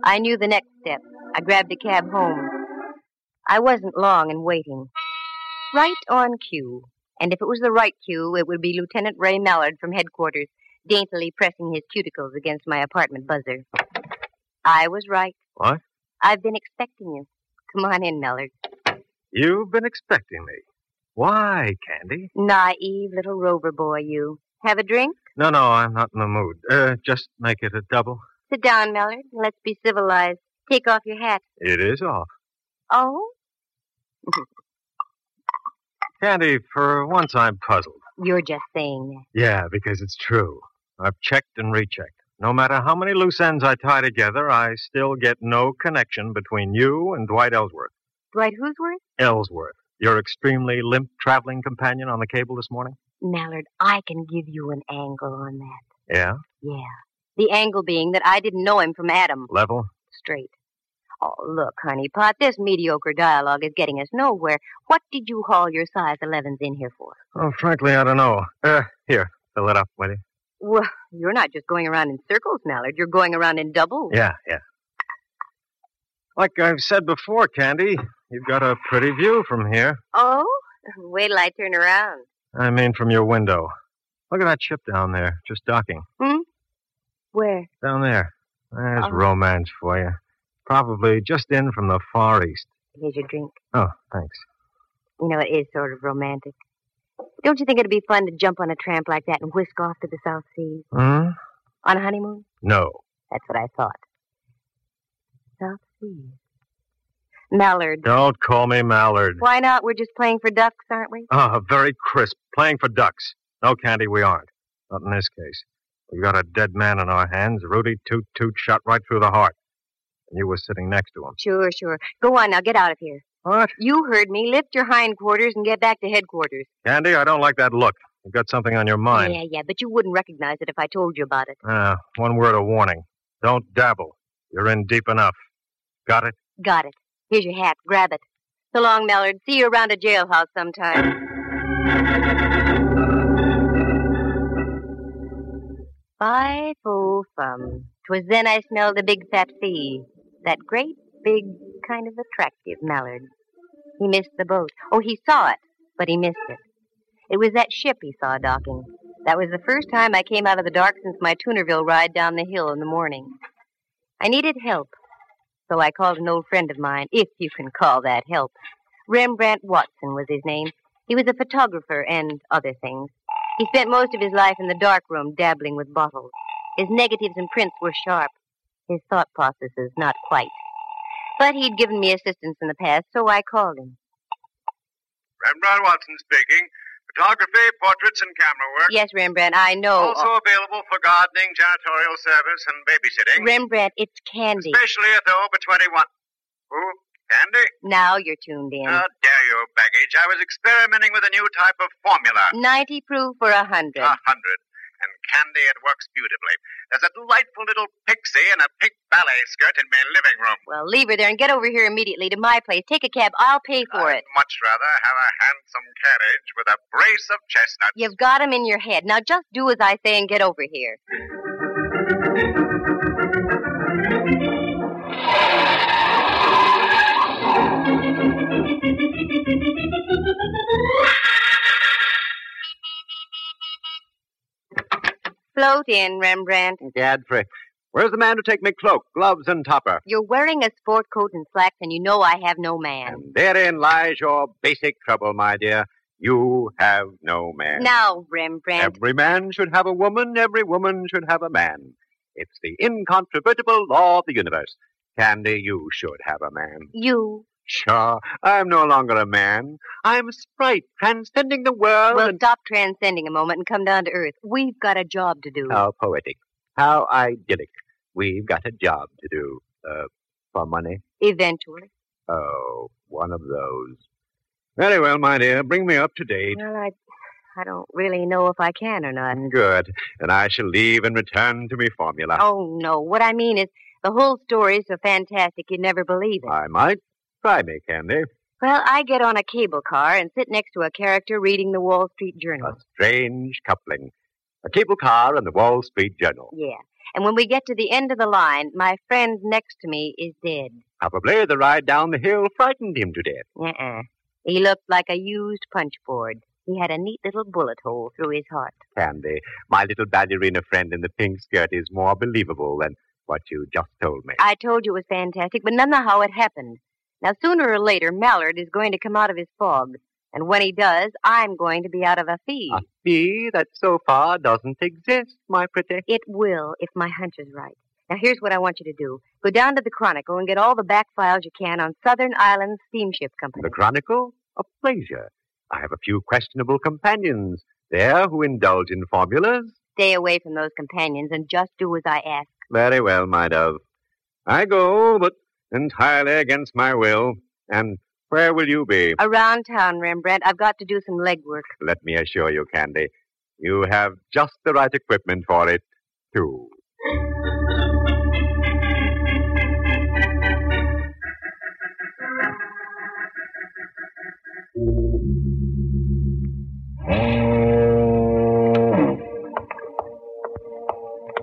I: I knew the next step. I grabbed a cab home. I wasn't long in waiting. Right on cue. And if it was the right cue, it would be Lieutenant Ray Mallard from headquarters, daintily pressing his cuticles against my apartment buzzer. I was right.
N: What?
I: I've been expecting you. Come on in, Mallard.
N: You've been expecting me. Why, Candy?
I: Naive little rover boy, you. Have a drink?
N: No, no, I'm not in the mood. Uh, just make it a double.
I: Sit down, Mallard. and Let's be civilized. Take off your hat.
N: It is off.
I: Oh?
N: Candy, for once I'm puzzled.
I: You're just saying that.
N: Yeah, because it's true. I've checked and rechecked. No matter how many loose ends I tie together, I still get no connection between you and Dwight Ellsworth.
I: Dwight Hoosworth?
N: Ellsworth, your extremely limp traveling companion on the cable this morning?
I: Mallard, I can give you an angle on that.
N: Yeah?
I: Yeah. The angle being that I didn't know him from Adam.
N: Level?
I: Straight. Oh, look, honey pot, this mediocre dialogue is getting us nowhere. What did you haul your size 11s in here for?
N: Oh, frankly, I don't know. Uh, here, fill it up, will you?
I: Well, you're not just going around in circles, Mallard. You're going around in doubles.
N: Yeah, yeah. Like I've said before, Candy, you've got a pretty view from here.
I: Oh? Wait till I turn around.
N: I mean, from your window. Look at that ship down there, just docking.
I: Hmm? Where?
N: Down there. There's
I: Oh.
N: romance for you. Probably just in from the Far East.
I: Here's your drink.
N: Oh, thanks.
I: You know, it is sort of romantic. Don't you think it'd be fun to jump on a tramp like that and whisk off to the South Seas?
N: Hmm?
I: On a honeymoon?
N: No.
I: That's what I thought. South Seas. Mallard.
N: Don't call me Mallard.
I: Why not? We're just playing for ducks, aren't we?
N: Ah, very crisp. Playing for ducks. No, Candy, we aren't. Not in this case. We've got a dead man in our hands, Rudy Toot Toot shot right through the heart. And you were sitting next to him.
I: Sure, sure. Go on now, get out of here.
N: What?
I: You heard me. Lift your hindquarters and get back to headquarters.
N: Candy, I don't like that look. You've got something on your mind.
I: Yeah, yeah, but you wouldn't recognize it if I told you about it.
N: Ah, one word of warning. Don't dabble. You're in deep enough. Got it?
I: Got it. Here's your hat. Grab it. So long, Mallard. See you around a jailhouse sometime. Five oh fum. 'Twas then I smelled the big fat fee. That great, big, kind of attractive Mallard. He missed the boat. Oh, he saw it, but he missed it. It was that ship he saw docking. That was the first time I came out of the dark since my Toonerville ride down the hill in the morning. I needed help. So I called an old friend of mine, if you can call that help. Rembrandt Watson was his name. He was a photographer and other things. He spent most of his life in the dark room dabbling with bottles. His negatives and prints were sharp, his thought processes not quite. But he'd given me assistance in the past, so I called him.
O: Rembrandt Watson speaking. Photography, portraits, and camera work.
I: Yes, Rembrandt, I know.
O: Also available for gardening, janitorial service, and babysitting.
I: Rembrandt, it's candy.
O: Especially at the over 21. Who? Candy?
I: Now you're tuned in.
O: How dare you, baggage? I was experimenting with a new type of formula.
I: 90 proof for a 100.
O: A hundred. And candy, it works beautifully. There's a delightful little pixie in a pink ballet skirt in my living room.
I: Well, leave her there and get over here immediately to my place. Take a cab. I'll pay for it.
O: Much rather have a handsome carriage with a brace of chestnuts.
I: You've got 'em in your head. Now just do as I say and get over here. Float in, Rembrandt.
P: Gadfrey. Where's the man to take me cloak, gloves, and topper?
I: You're wearing a sport coat and slacks, and you know I have no man.
P: Therein lies your basic trouble, my dear. You have no man.
I: Now, Rembrandt.
P: Every man should have a woman, every woman should have a man. It's the incontrovertible law of the universe. Candy, you should have a man.
I: You.
P: Sure, I'm no longer a man. I'm Sprite, transcending Oh, the world.
I: Well, stop transcending a moment and come down to earth. We've got a job to do.
P: How poetic. How idyllic. We've got a job to do. Uh, for money.
I: Eventually.
P: Oh, one of those. Very well, my dear. Bring me up to date.
I: Well, I, I don't really know if I can or not.
P: Good. And I shall leave and return to me formula.
I: Oh, no. What I mean is, the whole story's so fantastic you'd never believe it.
P: I might. Try me, Candy.
I: Well, I get on a cable car and sit next to a character reading the Wall Street Journal.
P: Strange coupling. A cable car and the Wall Street Journal.
I: Yeah. And when we get to the end of the line, my friend next to me is dead.
P: Probably the ride down the hill frightened him to death.
I: Uh-uh. He looked like a used punch board. He had a neat little bullet hole through his heart.
P: Candy, my little ballerina friend in the pink skirt is more believable than what you just told me.
I: I told you it was fantastic, but none know how it happened. Now, sooner or later, Mallard is going to come out of his fog. And when he does, I'm going to be out of a fee.
P: A fee that so far doesn't exist, my pretty.
I: It will, if my hunch is right. Now, here's what I want you to do go down to the Chronicle and get all the back files you can on Southern Island Steamship Company.
Q: The Chronicle? A pleasure. I have a few questionable companions there who indulge in formulas.
I: Stay away from those companions and just do as I ask.
Q: Very well, my dove. I go, but entirely against my will. And where will you be?
P: Oh.
I: Around town, Rembrandt, I've got to do some legwork.
Q: Let me assure you, Candy, you have just the right equipment for it, too.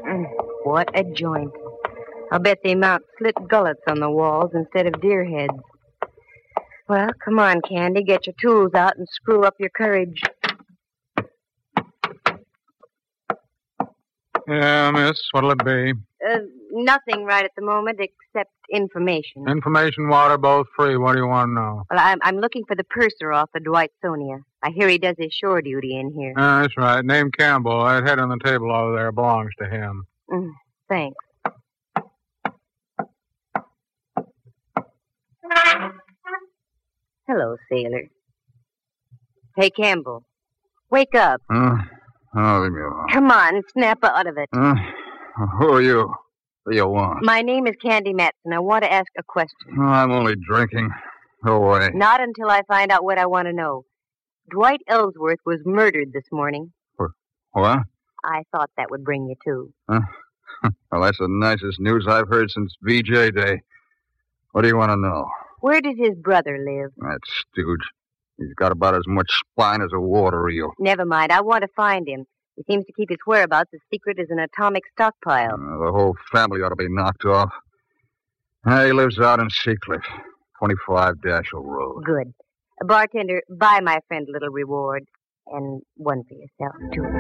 I: Mm, What a joint. I'll bet they mount slit gullets on the walls instead of deer heads. Well, come on, Candy. Get your tools out and screw up your courage.
M: Yeah, miss, what'll it be?
I: Uh, nothing right at the moment except information.
M: Information, water, both free. What do you want to know?
I: Well, I'm, I'm looking for the purser off of Dwight Sonia. I hear he does his shore duty in
R: Uh,
I: here.
M: Ah, that's right. Name Campbell. That head on the table over there belongs to him.
I: Mm, thanks. Hello, sailor. Hey, Campbell. Wake up.
S: Huh? Oh, leave me alone.
I: Come on, snap out of it.
H: Mm.
S: Huh? Who are you? What do you want?
I: My name is Candy Matson. I want to ask a question.
M: Mm.
S: Oh, I'm only drinking. Go away.
I: Not until I find out what I want to know. Dwight Ellsworth was murdered this morning.
S: What?
I: I thought that would bring you to.
S: Huh? well, that's the nicest news I've heard since VJ Day. What do you want to know?
I: Where did his brother live?
S: That stooge. He's got about as much spine as a water eel.
I: Never mind. I want to find him. He seems to keep his whereabouts as secret as an atomic stockpile.
S: Uh, the whole family ought to be knocked off. Uh, he lives out in Seacliff, 25 Dashiell Road.
I: Good. A bartender, buy my friend a little reward. And one for yourself, too.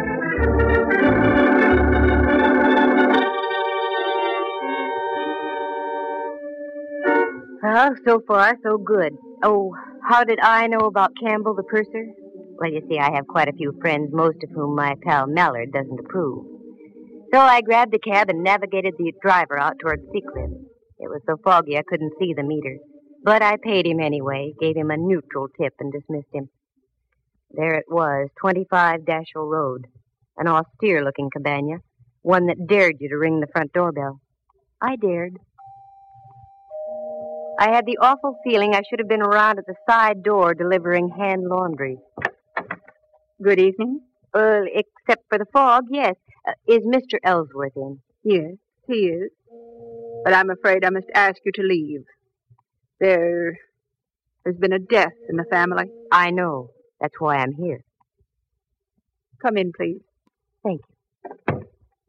I: Well, so far, so good. Oh, how did I know about Campbell, the purser? Well, you see, I have quite a few friends, most of whom my pal Mallard doesn't approve. So I grabbed the cab and navigated the driver out toward Seacliff. It was so foggy I couldn't see the meter. But I paid him anyway, gave him a neutral tip, and dismissed him. There it was, 25 Dashiell Road. An austere looking cabana, one that dared you to ring the front doorbell. I dared. I had the awful feeling I should have been around at the side door delivering hand laundry. Good evening. Uh, except for the
T: Oh,
I: fog, yes. Uh, is Mr. Ellsworth in?
T: Yes, he is. But I'm afraid I must ask you to leave. There has been a death in the family.
I: I know. That's why I'm here.
T: Come in, please.
I: Thank you.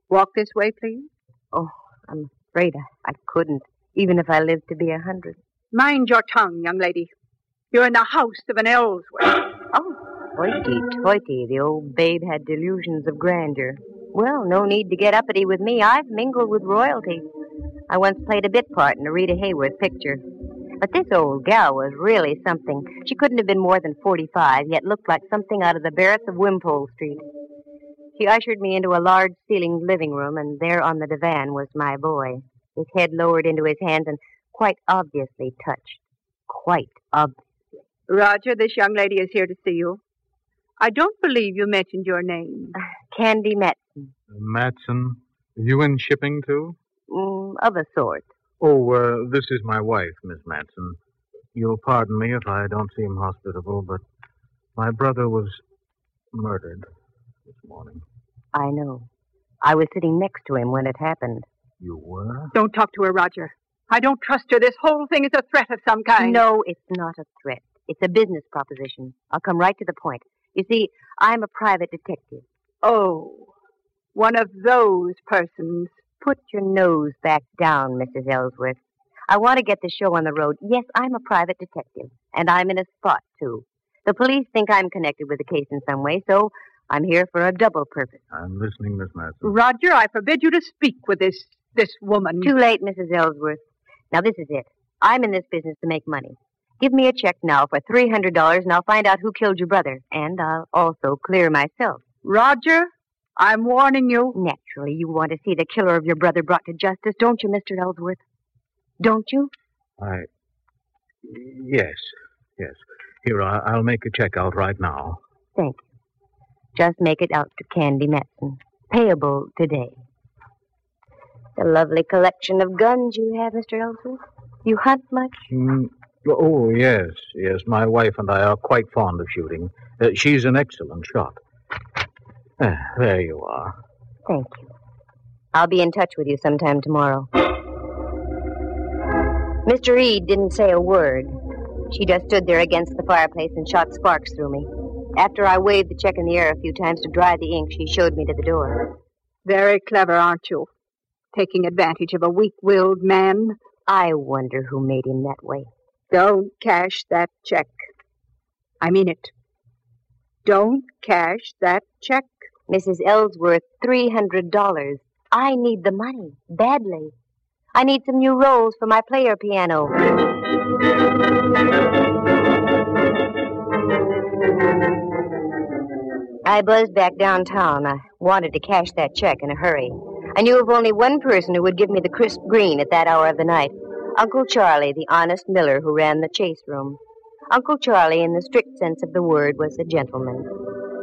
T: Walk this way, please.
I: Oh, I'm afraid I, I couldn't, even if I lived to be a hundred.
T: Mind your tongue, young lady. You're in the house of an Ellsworth.
I: Hoity toity, the old babe had delusions of grandeur. Well, no need to get uppity with me. I've mingled with royalty. I once played a bit part in a Rita Hayworth picture. But this old gal was really something. She couldn't have been more than 45, yet looked like something out of the Barretts of Wimpole Street. She ushered me into a large ceilinged living room, and there on the divan was my boy, his head lowered into his hands and quite obviously touched. Quite obviously.
T: Roger, this young lady is here to see you. I don't believe you mentioned your name.
I: Candy Matson.
M: Matson, you in shipping too?
I: Mm, of a sort.
M: Oh, uh, this is my wife, Miss Matson. You'll pardon me if I don't seem hospitable, but my brother was murdered this morning.
I: I know. I was sitting next to him when it happened.
M: You were?
T: Don't talk to her, Roger. I don't trust her. This whole thing is a threat of some kind.
I: No, it's not a threat. It's a business proposition. I'll come right to the point. You see, I'm a private detective.
T: Oh, one of those persons.
I: Put your nose back down, Mrs. Ellsworth. I want to get the show on the road. Yes, I'm a private detective, and I'm in a spot, too. The police think I'm connected with the case in some way, so I'm here for a double purpose.
M: I'm listening, Miss Matson.
T: Roger, I forbid you to speak with this this woman.
I: Too late, Mrs. Ellsworth. Now, this is it. I'm in this business to make money. Give me a check now for $300, and I'll find out who killed your brother, and I'll also clear myself.
T: Roger, I'm warning you.
I: Naturally, you want to see the killer of your brother brought to justice, don't you, Mr. Ellsworth? Don't you?
M: I. Yes, yes. Here, I, I'll make a check out right now.
I: Thank you. Just make it out to Candy Matson. Payable today. The lovely collection of guns you have, Mr. Ellsworth. You hunt much?
M: Mm, oh, yes, yes. My wife and I are quite fond of shooting. Uh, she's an excellent shot. Ah, there you are.
I: Thank you. I'll be in touch with you sometime tomorrow. Mr. Reed didn't say a word. She just stood there against the fireplace and shot sparks through me. After I waved the check in the air a few times to dry the ink, she showed me to the door.
T: Very clever, aren't you? Taking advantage of a weak willed man.
I: I wonder who made him that way.
T: Don't cash that check. I mean it. Don't cash that check.
I: Mrs. Ellsworth, $300. I need the money, badly. I need some new rolls for my player piano. I buzzed back downtown. I wanted to cash that check in a hurry. I knew of only one person who would give me the crisp green at that hour of the night Uncle Charlie, the honest miller who ran the chase room. Uncle Charlie, in the strict sense of the word, was a gentleman.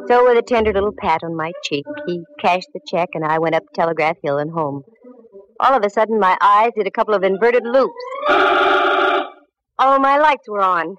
I: So, with a tender little pat on my cheek, he cashed the check, and I went up Telegraph Hill and home. All of a sudden, my eyes did a couple of inverted loops. All my lights were on.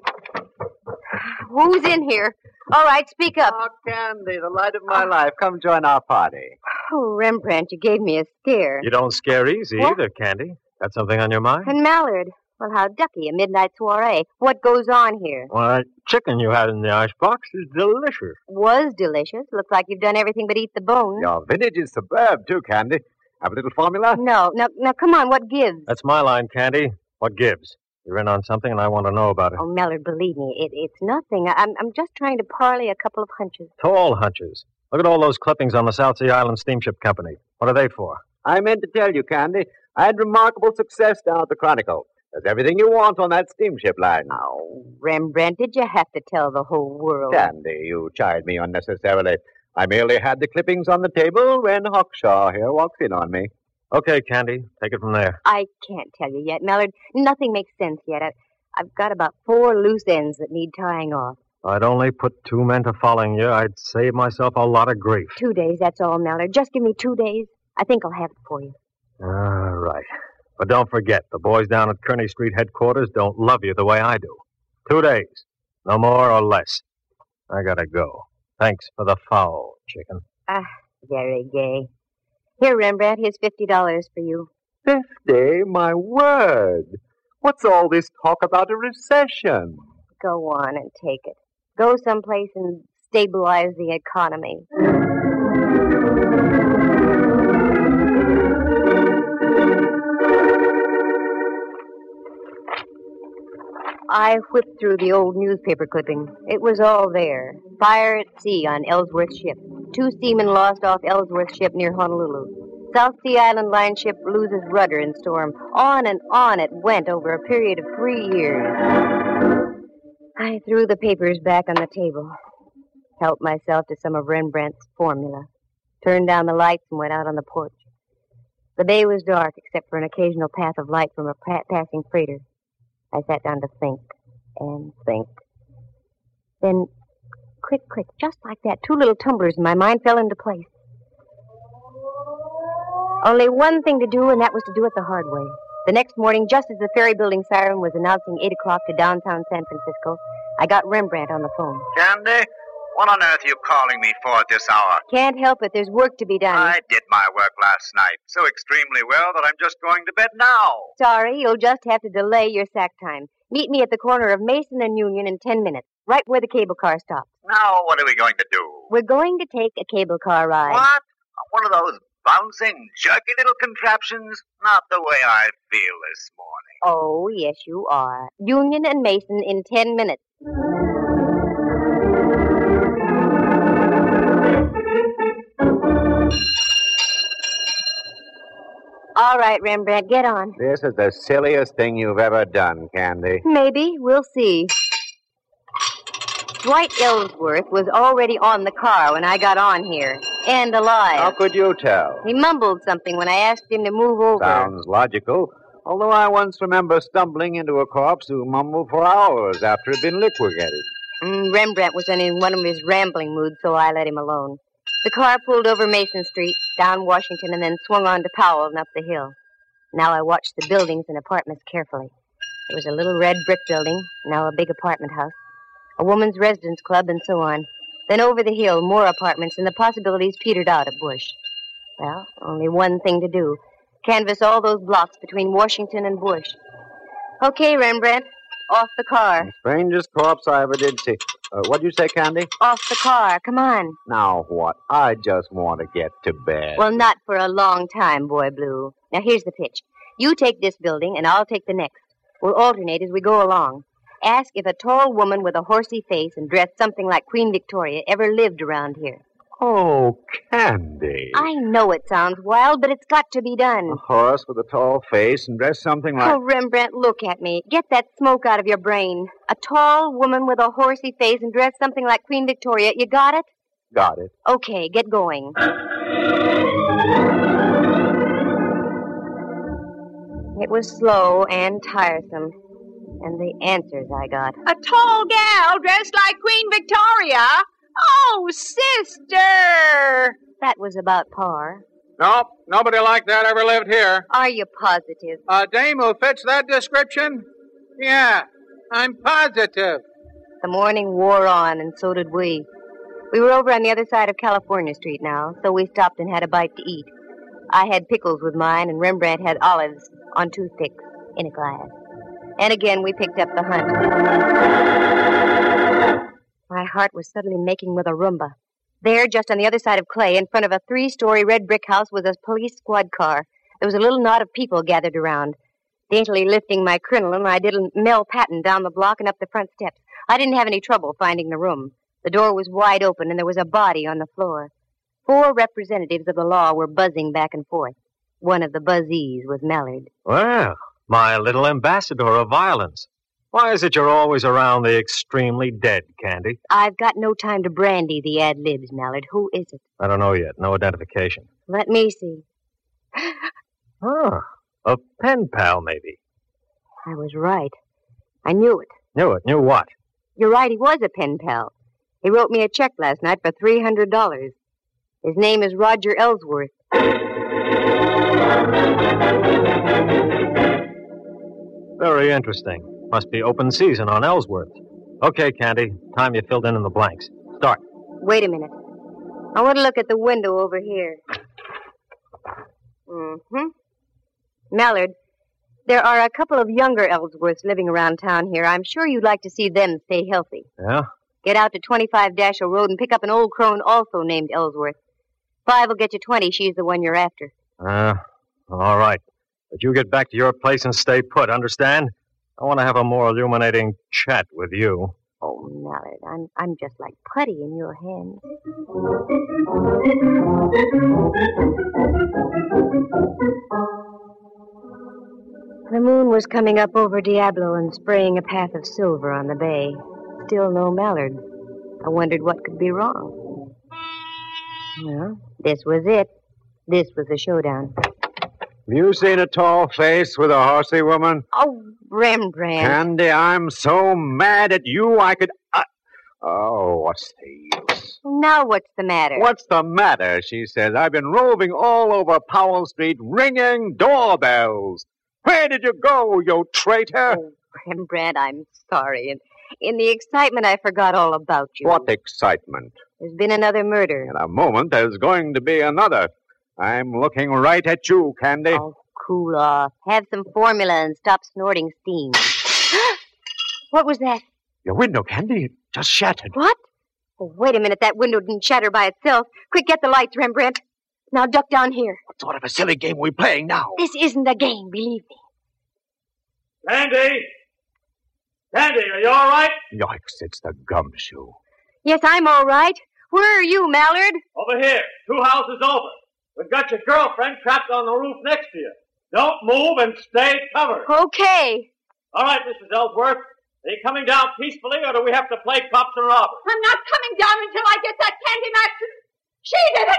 I: Who's in here? All right, speak up.
L: Oh, Candy, the light of my life. Come join our party.
I: Oh, Rembrandt, you gave me a scare.
N: You don't scare easy
I: What?
N: either, Candy. Got something on your mind?
I: And Mallard. Well, how ducky, a midnight soiree. What goes on here?
N: Well, that chicken you had in the icebox is delicious.
I: Was delicious. Looks like you've done everything but eat the bone.
P: Your vintage is superb, too, Candy. Have a little formula?
I: No, no, now come on, what gives?
N: That's my line, Candy. What gives? You're in on something, and I want to know about it.
I: Oh, Mallard, believe me, it, it's nothing. I- I'm, I'm just trying to parley a couple of hunches.
N: Tall hunches. Look at all those clippings on the South Sea Island Steamship Company. What are they for?
P: I meant to tell you, Candy, I had remarkable success down at the Chronicle. There's everything you want on that steamship line.
I: Oh, Rembrandt, did you have to tell the whole world?
P: Candy, you chide me unnecessarily. I merely had the clippings on the table when Hawkshaw here walks in on me.
N: Okay, Candy, take it from there.
I: I can't tell you yet, Mallard. Nothing makes sense yet. I, I've got about four loose ends that need tying off.
N: I'd only put two men to following you. I'd save myself a lot of grief.
I: Two days, that's all, Mallard. Just give me two days. I think I'll have it for you.
N: All right. But don't forget, the boys down at Kearney Street headquarters don't love you the way I do. Two days. No more or less. I gotta go. Thanks for the fowl, chicken.
I: Ah, very gay. Here, Rembrandt, here's $50 for you.
P: Day, my word. What's all this talk about a recession?
I: Go on and take it. Go someplace and stabilize the economy. I whipped through the old newspaper clipping. It was all there. Fire at sea on Ellsworth ship. Two seamen lost off Ellsworth ship near Honolulu. South Sea Island line ship loses rudder in storm. On and on it went over a period of three years. I threw the papers back on the table, helped myself to some of Rembrandt's formula, turned down the lights, and went out on the porch. The bay was dark except for an occasional path of light from a pa- passing freighter. I sat down to think and think. Then, click, click, just like that, two little tumblers in my mind fell into place. Only one thing to do, and that was to do it the hard way. The next morning, just as the ferry building siren was announcing 8 o'clock to downtown San Francisco, I got Rembrandt on the phone.
U: Candy, what on earth are you calling me for at this hour?
I: Can't help it, there's work to be done.
U: I did my work last night so extremely well that I'm just going to bed now.
I: Sorry, you'll just have to delay your sack time. Meet me at the corner of Mason and Union in 10 minutes, right where the cable car stops.
U: Now, what are we going to do?
I: We're going to take a cable car ride.
U: What? One of those bouncing, jerky little contraptions? Not the way I feel this morning.
I: Oh, yes, you are. Union and Mason in ten minutes. All right, Rembrandt, get on.
P: This is the silliest thing you've ever done, Candy.
I: Maybe. We'll see. Dwight Ellsworth was already on the car when I got on here, and alive.
P: How could you tell?
I: He mumbled something when I asked him to move over.
P: Sounds logical. Although I once remember stumbling into a corpse who mumbled for hours after it had been liquidated.
I: Mm, Rembrandt was in one of his rambling moods, so I let him alone. The car pulled over Mason Street, down Washington, and then swung on to Powell and up the hill. Now I watched the buildings and apartments carefully. There was a little red brick building, now a big apartment house, a woman's residence club, and so on. Then over the hill, more apartments, and the possibilities petered out at Bush. Well, only one thing to do canvass all those blocks between Washington and Bush. Okay, Rembrandt, off the car.
P: Strangest corpse I ever did see. Uh, what'd you say, Candy?
I: Off the car, come on.
P: Now what? I just want to get to bed.
I: Well, not for a long time, Boy Blue. Now, here's the pitch. You take this building, and I'll take the next. We'll alternate as we go along. Ask if a tall woman with a horsey face and dressed something like Queen Victoria ever lived around here.
P: Oh, Candy.
I: I know it sounds wild, but it's got to be done.
P: A horse with a tall face and dressed something like.
I: Oh, Rembrandt, look at me. Get that smoke out of your brain. A tall woman with a horsey face and dressed something like Queen Victoria. You got it?
P: Got it.
I: Okay, get going. It was slow and tiresome, and the answers I got.
V: A tall gal dressed like Queen Victoria? Oh, sister!
I: That was about par.
R: Nope, nobody like that ever lived here.
I: Are you positive?
R: A dame who fits that description? Yeah, I'm positive.
I: The morning wore on, and so did we. We were over on the other side of California Street now, so we stopped and had a bite to eat. I had pickles with mine, and Rembrandt had olives on two sticks in a glass. And again, we picked up the hunt. My heart was suddenly making with a rumba. There, just on the other side of Clay, in front of a three story red brick house, was a police squad car. There was a little knot of people gathered around. Daintily lifting my crinoline, I did a Mel Patton down the block and up the front steps. I didn't have any trouble finding the room. The door was wide open, and there was a body on the floor. Four representatives of the law were buzzing back and forth. One of the buzzees was Mallard.
N: Well, my little ambassador of violence. Why is it you're always around the extremely dead, Candy?
I: I've got no time to brandy the ad libs, Mallard. Who is it?
N: I don't know yet. No identification.
I: Let me see.
N: Ah, a pen pal, maybe.
I: I was right. I knew it.
N: Knew it. Knew what?
I: You're right, he was a pen pal. He wrote me a check last night for $300. His name is Roger Ellsworth.
N: Very interesting. Must be open season on Ellsworth. Okay, Candy. Time you filled in in the blanks. Start.
I: Wait a minute. I want to look at the window over here. Mm-hmm. Mallard, there are a couple of younger Ellsworths living around town here. I'm sure you'd like to see them stay healthy.
N: Yeah?
I: Get out to 25 Dashiell Road and pick up an old crone also named Ellsworth. Five will get you 20. She's the one you're after.
N: Uh, all right. But you get back to your place and stay put, understand? I want to have a more illuminating chat with you.
I: Oh, Mallard, I'm, I'm just like putty in your hand. The moon was coming up over Diablo and spraying a path of silver on the bay. Still no Mallard. I wondered what could be wrong. Well, this was it. This was the showdown.
P: Have you seen a tall face with a horsey woman?
I: Oh, Rembrandt.
P: Candy, I'm so mad at you I could. I... Oh, what's the use?
I: Now what's the matter?
P: What's the matter? She says. I've been roving all over Powell Street ringing doorbells. Where did you go, you traitor?
I: Oh, Rembrandt, I'm sorry. In, in the excitement, I forgot all about you.
P: What excitement?
I: There's been another murder.
P: In a moment, there's going to be another. I'm looking right at you, Candy.
I: Oh, cool off. Have some formula and stop snorting steam. what was that?
P: Your window, Candy. It just shattered.
I: What? Oh, wait a minute. That window didn't shatter by itself. Quick, get the lights, Rembrandt. Now duck down here.
P: What sort of a silly game are we playing now?
I: This isn't a game, believe me.
W: Candy! Candy, are you all right?
P: Yikes, it's the gumshoe.
I: Yes, I'm all right. Where are you, Mallard?
W: Over here, two houses over. We've got your girlfriend trapped on the roof next to you. Don't move and stay covered.
I: Okay.
W: All right, Mrs. Ellsworth. Are you coming down peacefully, or do we have to play cops and robbers?
V: I'm not coming down until I get that candy match. She did it!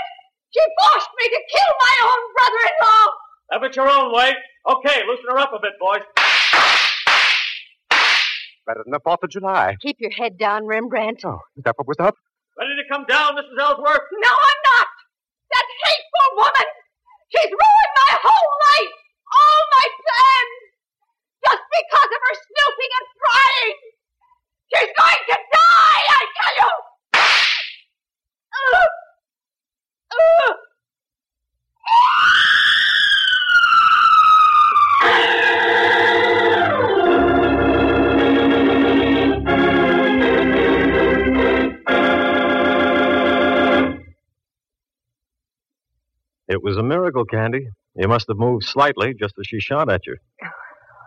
V: She forced me to kill my own brother in law!
W: Have it your own way. Okay, loosen her up a bit, boys.
Q: Better than the Fourth of July.
I: Keep your head down, Rembrandt.
Q: Oh, is that what was up?
W: Ready to come down, Mrs. Ellsworth?
V: No, I'm not! That hateful woman! She's ruined my whole life! All my plans! Just because of her snooping and prying! She's going to die, I tell you! Ugh. Ugh.
N: It was a miracle, Candy. You must have moved slightly just as she shot at you.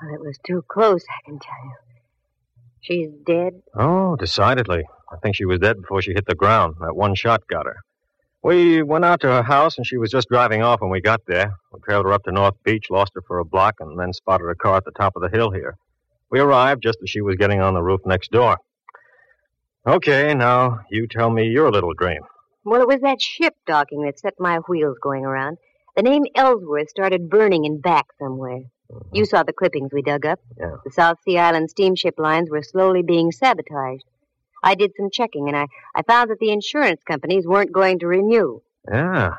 I: Well, it was too close, I can tell you. She's dead.
N: Oh, decidedly. I think she was dead before she hit the ground. That one shot got her. We went out to her house, and she was just driving off when we got there. We trailed her up to North Beach, lost her for a block, and then spotted a car at the top of the hill here. We arrived just as she was getting on the roof next door. Okay, now you tell me your little dream.
I: Well, it was that ship docking that set my wheels going around. The name Ellsworth started burning in back somewhere. You saw the clippings we dug up.
N: Yeah.
I: The South Sea Island steamship lines were slowly being sabotaged. I did some checking, and I, I found that the insurance companies weren't going to renew.
N: Yeah.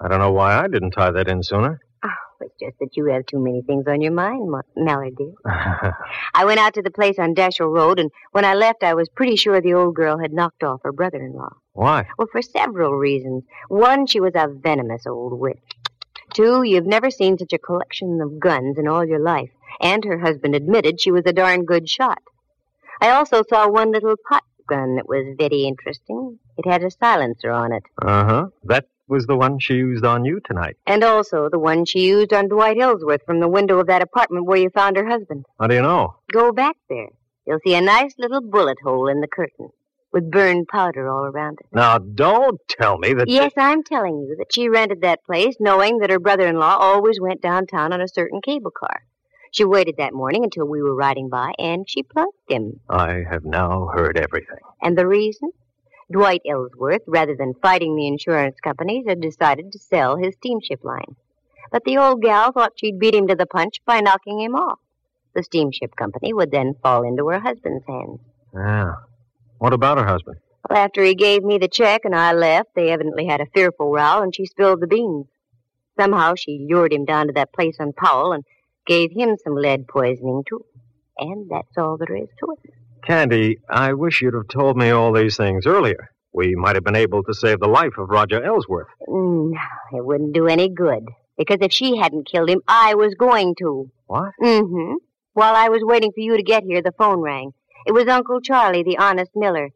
N: I don't know why I didn't tie that in sooner.
I: Oh, It's just that you have too many things on your mind, Ma- Mallard, dear. I went out to the place on Dashiell Road, and when I left, I was pretty sure the old girl had knocked off her brother in law.
N: Why?
I: Well, for several reasons. One, she was a venomous old witch. Two, you've never seen such a collection of guns in all your life. And her husband admitted she was a darn good shot. I also saw one little pot gun that was very interesting. It had a silencer on it.
N: Uh huh. That was the one she used on you tonight.
I: And also the one she used on Dwight Ellsworth from the window of that apartment where you found her husband.
N: How do you know?
I: Go back there. You'll see a nice little bullet hole in the curtain with burned powder all around it.
N: Now, don't tell me that.
I: yes, I'm telling you that she rented that place knowing that her brother in law always went downtown on a certain cable car. She waited that morning until we were riding by and she plugged him.
N: I have now heard everything.
I: And the reason? Dwight Ellsworth, rather than fighting the insurance companies, had decided to sell his steamship line. But the old gal thought she'd beat him to the punch by knocking him off. The steamship company would then fall into her husband's hands.
N: Yeah. Ah. What about her husband?
I: Well, after he gave me the check and I left, they evidently had a fearful row and she spilled the beans. Somehow she lured him down to that place on Powell and gave him some lead poisoning, too. And that's all there is to it.
N: Candy, I wish you'd have told me all these things earlier. We might have been able to save the life of Roger Ellsworth.
I: No, Mm, it wouldn't do any good. Because if she hadn't killed him, I was going to.
N: What?
I: Mm-hmm. While I was waiting for you to get here, the phone rang. It was Uncle Charlie, the honest miller.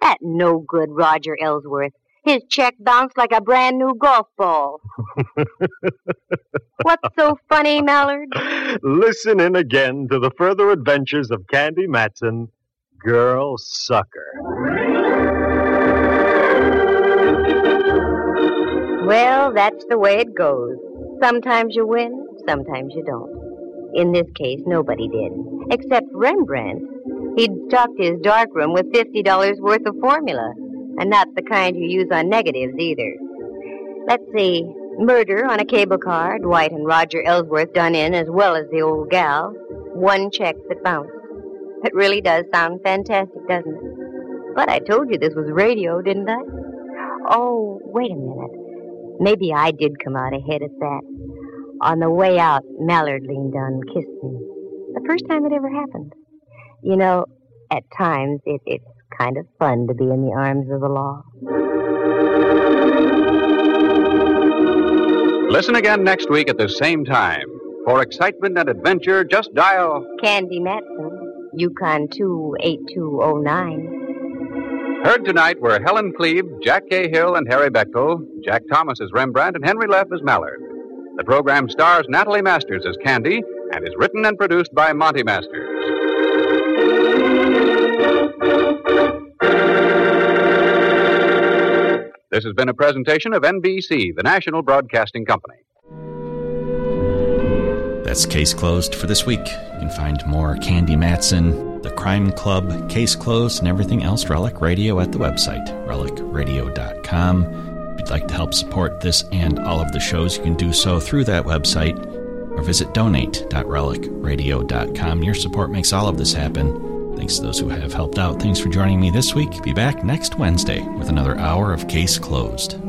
I: That no good Roger Ellsworth. His check bounced like a brand new golf ball. What's so funny, Mallard?
N: Listen in again to the further adventures of Candy Matson, Girl Sucker.
I: Well, that's the way it goes. Sometimes you win, sometimes you don't. In this case, nobody did, except Rembrandt. He'd stocked his darkroom with $50 worth of formula, and not the kind you use on negatives either. Let's see. Murder on a cable car, Dwight and Roger Ellsworth done in as well as the old gal. One check that bounced. It really does sound fantastic, doesn't it? But I told you this was radio, didn't I? Oh, wait a minute. Maybe I did come out ahead at that. On the way out, Mallard leaned on and kissed me. The first time it ever happened. You know, at times it, it's kind of fun to be in the arms of the law.
J: Listen again next week at the same time. For excitement and adventure, just dial.
I: Candy Matson, Yukon 28209.
J: Heard tonight were Helen Cleve, Jack K. Hill, and Harry Bechtel. Jack Thomas as Rembrandt, and Henry Leff as Mallard. The program stars Natalie Masters as Candy and is written and produced by Monty Masters. This has been a presentation of NBC, the National Broadcasting Company.
A: That's case closed for this week. You can find more Candy Matson The Crime Club, Case Closed, and everything else Relic Radio at the website, relicradio.com. If you'd like to help support this and all of the shows, you can do so through that website or visit donate.relicradio.com. Your support makes all of this happen. Thanks to those who have helped out. Thanks for joining me this week. Be back next Wednesday with another hour of Case Closed.